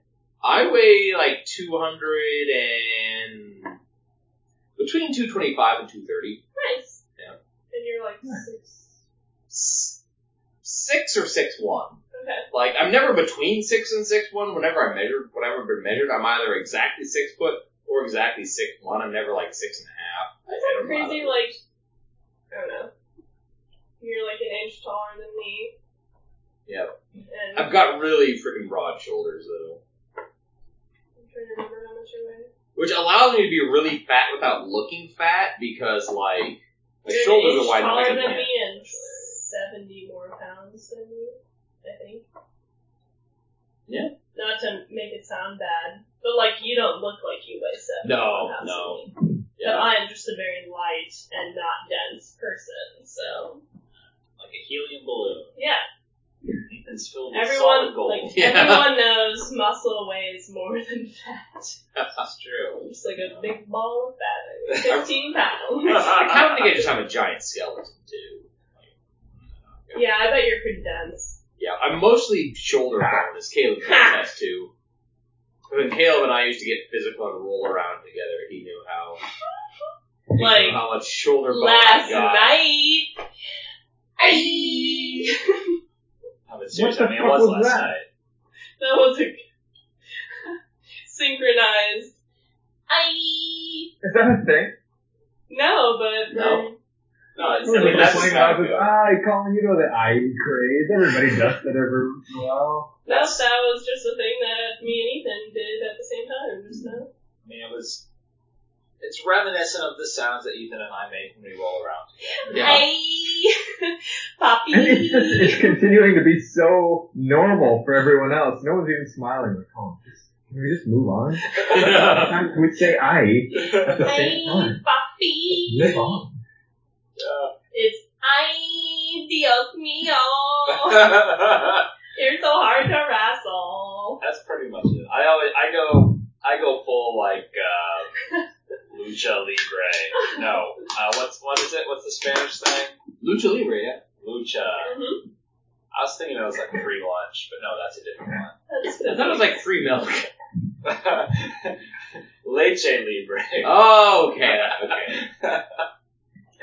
[SPEAKER 1] I weigh like 200 and between 225 and 230.
[SPEAKER 4] Nice.
[SPEAKER 1] Yeah.
[SPEAKER 4] And
[SPEAKER 1] <laughs>
[SPEAKER 4] you're like six.
[SPEAKER 1] S- Six or six one.
[SPEAKER 4] Okay.
[SPEAKER 1] Like I'm never between six and six one. Whenever I measured, whenever I've been measured, I'm either exactly six foot or exactly six one. I'm never like six and a half. I- I
[SPEAKER 4] That's
[SPEAKER 1] don't know how
[SPEAKER 4] crazy.
[SPEAKER 1] to-
[SPEAKER 4] Like I don't know. You're like an inch taller than me.
[SPEAKER 1] Yeah.
[SPEAKER 4] And
[SPEAKER 1] I've got really freaking broad shoulders though,
[SPEAKER 4] I'm trying to remember how much I weigh.
[SPEAKER 1] which allows me to be really fat without looking fat because like <laughs> my
[SPEAKER 4] You're an
[SPEAKER 1] shoulders
[SPEAKER 4] inch
[SPEAKER 1] are wide enough. I
[SPEAKER 4] taller
[SPEAKER 1] can-
[SPEAKER 4] than me and seventy more pounds than you, I think.
[SPEAKER 1] Yeah.
[SPEAKER 4] Not to make it sound bad, but like you don't look like you weigh seventy
[SPEAKER 1] No,
[SPEAKER 4] more pounds
[SPEAKER 1] no.
[SPEAKER 4] than me. But
[SPEAKER 1] Yeah.
[SPEAKER 4] I am just a very light and not dense person, so
[SPEAKER 2] like a helium balloon.
[SPEAKER 4] yeah.
[SPEAKER 2] It's filled with
[SPEAKER 4] Everyone
[SPEAKER 2] solid gold.
[SPEAKER 4] like
[SPEAKER 1] <laughs> Yeah.
[SPEAKER 4] everyone knows muscle weighs more than fat.
[SPEAKER 2] that's true.
[SPEAKER 4] I'm just like a big ball of fat.
[SPEAKER 1] <laughs>
[SPEAKER 4] I weigh Fifteen pounds.
[SPEAKER 1] I kind of think I just have a giant skeleton too.
[SPEAKER 4] yeah, I bet you're pretty dense.
[SPEAKER 1] Yeah, I'm mostly shoulder bone, as Caleb knows us too. When Caleb and I used to get physical and roll around together, he knew how he knew
[SPEAKER 4] Like
[SPEAKER 1] how much shoulder bone I
[SPEAKER 4] last
[SPEAKER 1] got.
[SPEAKER 4] night. Aye.
[SPEAKER 2] I mean, seriously,
[SPEAKER 3] What the
[SPEAKER 2] I mean, it
[SPEAKER 3] fuck
[SPEAKER 2] was,
[SPEAKER 3] was
[SPEAKER 2] last
[SPEAKER 3] that?
[SPEAKER 4] <laughs>
[SPEAKER 2] night.
[SPEAKER 4] That was a synchronized. I
[SPEAKER 3] Is that a thing?
[SPEAKER 4] no, but
[SPEAKER 1] No.
[SPEAKER 2] No, it's,
[SPEAKER 3] I
[SPEAKER 2] I mean, that's
[SPEAKER 3] like,
[SPEAKER 2] just
[SPEAKER 3] I
[SPEAKER 2] how
[SPEAKER 3] was,
[SPEAKER 2] it goes.
[SPEAKER 3] ah, Colin, you know that I craze. Everybody does that every once in a while.
[SPEAKER 4] No, that was just a thing that me and Ethan did at the same time just now.
[SPEAKER 2] I mean, it was. It's reminiscent of the sounds that Ethan and I made when we roll around.
[SPEAKER 1] Yeah.
[SPEAKER 4] Hey, <laughs> Poppy.
[SPEAKER 3] And it's just, it's continuing to be so normal for everyone else. No one's even smiling. Like, Colin, just, can we just move on? Sometimes we say I at the same
[SPEAKER 4] Hey,
[SPEAKER 3] time.
[SPEAKER 4] Poppy.
[SPEAKER 3] Move on.
[SPEAKER 4] It's I, Dios
[SPEAKER 2] <laughs>
[SPEAKER 4] mio. <laughs> You're so hard to wrestle.
[SPEAKER 2] That's pretty much it. I always I go I go full like um, lucha libre. No, uh, what's what is it? What's the Spanish thing?
[SPEAKER 1] Lucha Libre, yeah.
[SPEAKER 2] Lucha.
[SPEAKER 4] Mhm.
[SPEAKER 2] I was thinking that was like free lunch, but no, that's a different
[SPEAKER 4] That's
[SPEAKER 1] I thought it was like free milk.
[SPEAKER 2] one. <laughs> Leche libre. <laughs>
[SPEAKER 1] Oh, okay.
[SPEAKER 2] Yeah, okay.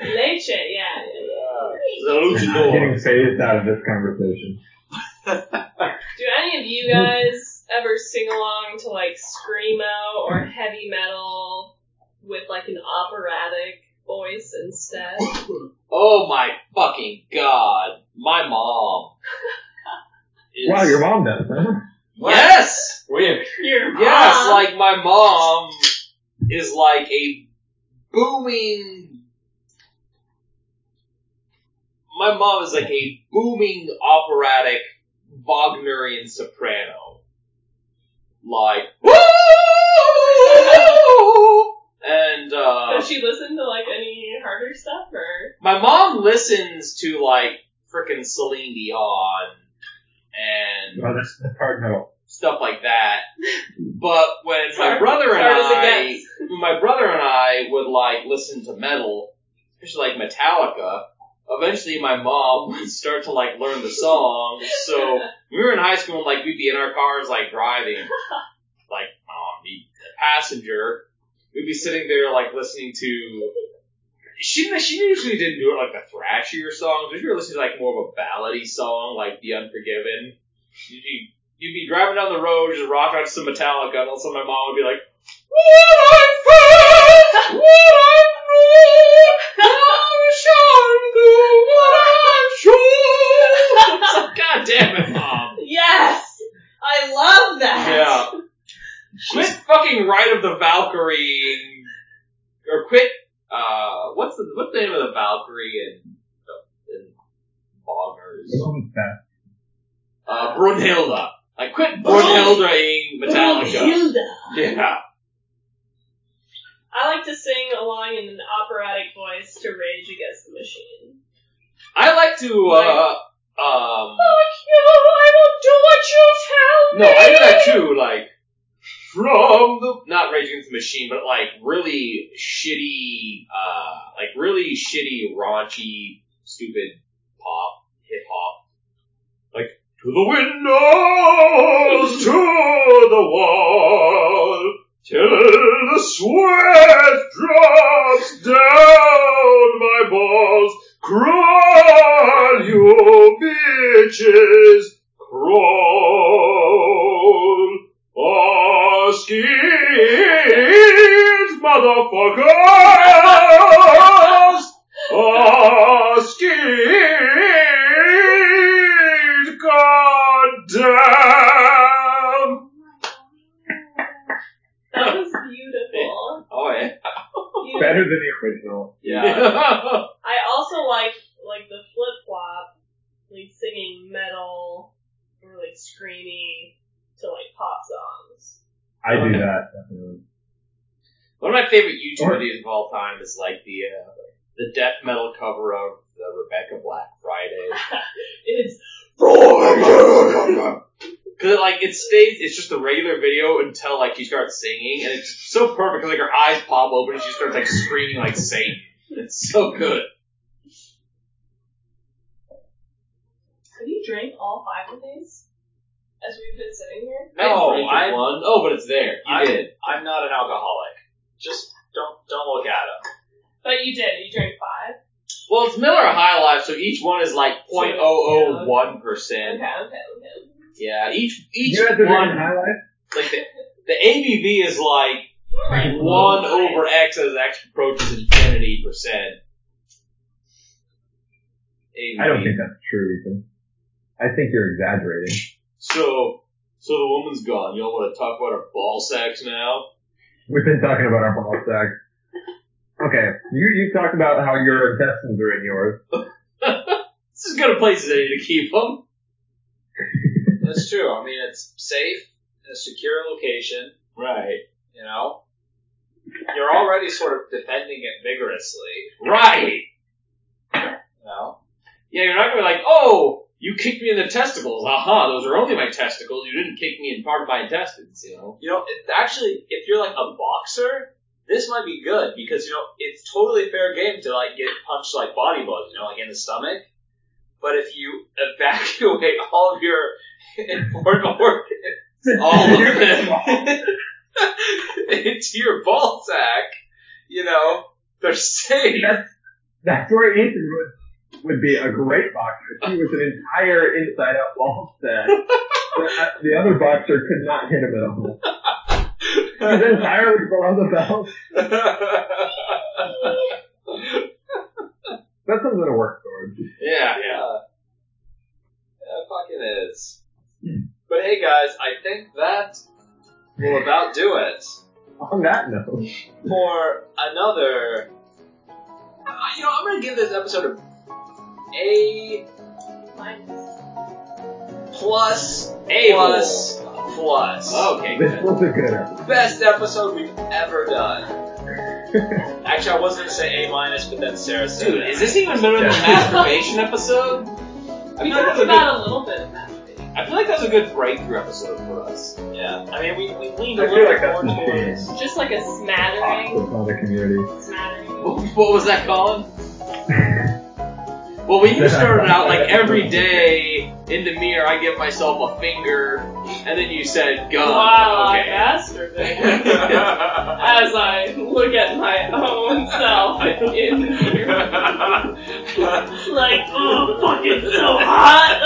[SPEAKER 4] leche, yeah.
[SPEAKER 1] The
[SPEAKER 3] You're not
[SPEAKER 1] luchador.
[SPEAKER 3] getting phased out of this conversation.
[SPEAKER 4] Do any of you guys ever sing along to like screamo or heavy metal with like an operatic voice instead?
[SPEAKER 1] Oh my fucking god. My mom. is-
[SPEAKER 3] Wow, your mom does, huh?
[SPEAKER 1] Yes!
[SPEAKER 2] Weird.
[SPEAKER 4] Your
[SPEAKER 1] Yes,
[SPEAKER 4] mom.
[SPEAKER 1] like my mom is like a booming. My mom is like a booming
[SPEAKER 2] <laughs>
[SPEAKER 1] operatic Wagnerian soprano. Like, woo! And, uh.
[SPEAKER 4] Does she listen to like any harder stuff or?
[SPEAKER 1] My mom listens to like frickin' Celine Dion and
[SPEAKER 3] Well, that's the part no.
[SPEAKER 1] stuff like that. But when my
[SPEAKER 4] Sorry.
[SPEAKER 1] brother and
[SPEAKER 4] Sorry to
[SPEAKER 1] I,
[SPEAKER 4] guess.
[SPEAKER 1] when my brother and I would like listen to metal, especially like Metallica. Eventually, my mom <laughs> would start to like learn the songs. So we were in high school, and like we'd be in our cars, like driving, like mom, be the passenger. We'd be sitting there like listening to. She she usually didn't do it like the thrashier songs. If you were listening to like more of a ballady song, like The Unforgiven, you'd be you'd be driving down the road, just rock out to some Metallica, and all of a sudden my mom would be like, "What I found, what I found, I shall do what I shall." It's like, <laughs> God damn it, mom!
[SPEAKER 4] Yes, I love
[SPEAKER 1] Yeah.
[SPEAKER 4] that.
[SPEAKER 1] Quit fucking Rite of the Valkyrie, or quit. Uh, what's the what's the name of the Valkyrie and and Boggers? Uh, Brunhilda. Like quit Brunhilda-ing Metallica.
[SPEAKER 4] Brunhilde.
[SPEAKER 1] Yeah.
[SPEAKER 4] I like to sing along in an operatic voice to Rage Against the Machine.
[SPEAKER 1] I like to. uh, um.
[SPEAKER 4] Oh, I will do what you tell
[SPEAKER 1] No, I do that too. Like from the not Rage Against the Machine, but like really shitty, uh, like really shitty, raunchy, stupid pop, hip hop. Like to the windows, to the wall, till the sweat drops down my balls. Crawl, you bitches, Crawl, Oskies, motherfuckers! Oskies, goddamn!
[SPEAKER 4] That was <laughs> beautiful.
[SPEAKER 1] Oh yeah.
[SPEAKER 4] You-
[SPEAKER 3] Better than the original.
[SPEAKER 1] Yeah.
[SPEAKER 4] I also like like the flip flop, like singing metal or like screamy to like pop songs.
[SPEAKER 3] I do that, definitely.
[SPEAKER 1] <laughs> One of my favorite YouTube videos of all time is like the, uh, the death metal cover of the Rebecca Black Friday.
[SPEAKER 4] It's
[SPEAKER 1] Cause it, like it stays, it's just a regular video until like she starts singing, and it's so perfect. Cause like her eyes pop open, and she starts like screaming like Satan. It's so good.
[SPEAKER 4] have you drank all five of these as we've been sitting here?
[SPEAKER 1] Oh,
[SPEAKER 2] drink
[SPEAKER 1] I
[SPEAKER 2] it.
[SPEAKER 1] won. Oh, but it's there. You
[SPEAKER 2] I-
[SPEAKER 1] did.
[SPEAKER 2] <laughs> I'm not an alcoholic. Just don't don't look at him.
[SPEAKER 4] But you did. You drank five.
[SPEAKER 1] Well, it's Miller High Life, so each one is like 0.001
[SPEAKER 4] Okay,
[SPEAKER 1] percent.
[SPEAKER 4] okay, okay.
[SPEAKER 1] Yeah, each each
[SPEAKER 3] You had to drink
[SPEAKER 1] one
[SPEAKER 3] High Life?
[SPEAKER 1] like the, the ABV is like
[SPEAKER 4] All right.
[SPEAKER 1] one over X as X approaches infinity percent.
[SPEAKER 2] a
[SPEAKER 3] I don't
[SPEAKER 2] maid.
[SPEAKER 3] think that's true, Ethan. I think you're exaggerating.
[SPEAKER 1] So, so the woman's gone. Y'all want to talk about our ball sacks now?
[SPEAKER 3] We've been talking about our ball sacks. Okay, you you talked about how your intestines are in yours.
[SPEAKER 1] This is good a place they need to keep them.
[SPEAKER 2] That's true. I mean, it's safe in a secure location.
[SPEAKER 1] Right.
[SPEAKER 2] You know, you're already sort of defending it vigorously.
[SPEAKER 1] Right.
[SPEAKER 2] You know,
[SPEAKER 1] Yeah, you're not gonna be like, oh, you kicked me in the testicles. Aha, those are only my testicles. You didn't kick me in part of my intestines, you
[SPEAKER 2] <laughs>
[SPEAKER 1] know?
[SPEAKER 2] you know. It, actually, if you're like a boxer, this might be good because you know it's totally fair game to like get punched like body blows. You know, like in the stomach. But if you evacuate <laughs> all of your important <laughs> organs
[SPEAKER 1] All of them.
[SPEAKER 2] into your ball sack, you know, they're safe.
[SPEAKER 3] That's where Ethan would would be a great boxer. He was an entire inside out ball set. the, <laughs> the other boxer could not hit him at all. He's entirely below the belt. That sounds like a work sword.
[SPEAKER 1] Yeah, yeah.
[SPEAKER 2] <laughs> Yeah. Yeah, it fucking is. But hey guys, I think that will about do it
[SPEAKER 3] On that note,
[SPEAKER 2] for another. I- You know, I'm gonna give this episode a A
[SPEAKER 4] Minus.
[SPEAKER 2] plus
[SPEAKER 1] A
[SPEAKER 2] plus plus.
[SPEAKER 1] Okay,
[SPEAKER 3] this
[SPEAKER 1] good.
[SPEAKER 3] was a good episode.
[SPEAKER 2] Best episode we've
[SPEAKER 3] <laughs>
[SPEAKER 2] ever done. Actually, I was gonna say A minus, but then Sarah said
[SPEAKER 1] Dude,
[SPEAKER 2] that.
[SPEAKER 1] is this even better than the
[SPEAKER 3] Yeah.
[SPEAKER 1] masturbation episode? I
[SPEAKER 4] We
[SPEAKER 1] feel, like
[SPEAKER 4] talked
[SPEAKER 1] that's a good,
[SPEAKER 4] about a little bit of masturbating.
[SPEAKER 1] I feel like that's a good breakthrough episode for us.
[SPEAKER 2] Yeah, I mean, we, we leaned a
[SPEAKER 3] I feel
[SPEAKER 2] little
[SPEAKER 3] like
[SPEAKER 2] bit
[SPEAKER 3] that's
[SPEAKER 2] more
[SPEAKER 3] the
[SPEAKER 2] towards.
[SPEAKER 3] theme.
[SPEAKER 4] Just like a smattering.
[SPEAKER 3] Awesome on the community.
[SPEAKER 4] Smattering.
[SPEAKER 1] What <laughs> what was that, Colin? Well, when you started out, like every day in the mirror, I give myself a finger, and then you said gun.
[SPEAKER 4] While I
[SPEAKER 1] okay.
[SPEAKER 4] masturbate. As I look at my
[SPEAKER 1] <laughs>
[SPEAKER 4] own self in the mirror. Like, oh, fuck, it's so hot.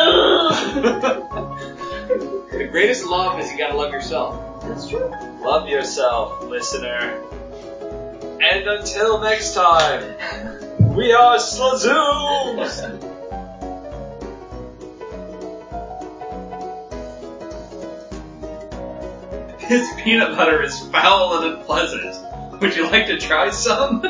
[SPEAKER 1] <laughs>
[SPEAKER 4] Ugh.
[SPEAKER 1] the greatest love is you gotta love yourself. <laughs>
[SPEAKER 4] That's true.
[SPEAKER 2] <laughs> Love yourself, listener. And until next time, we are Slazooms!
[SPEAKER 1] His peanut butter is foul and unpleasant. Would you like to try some?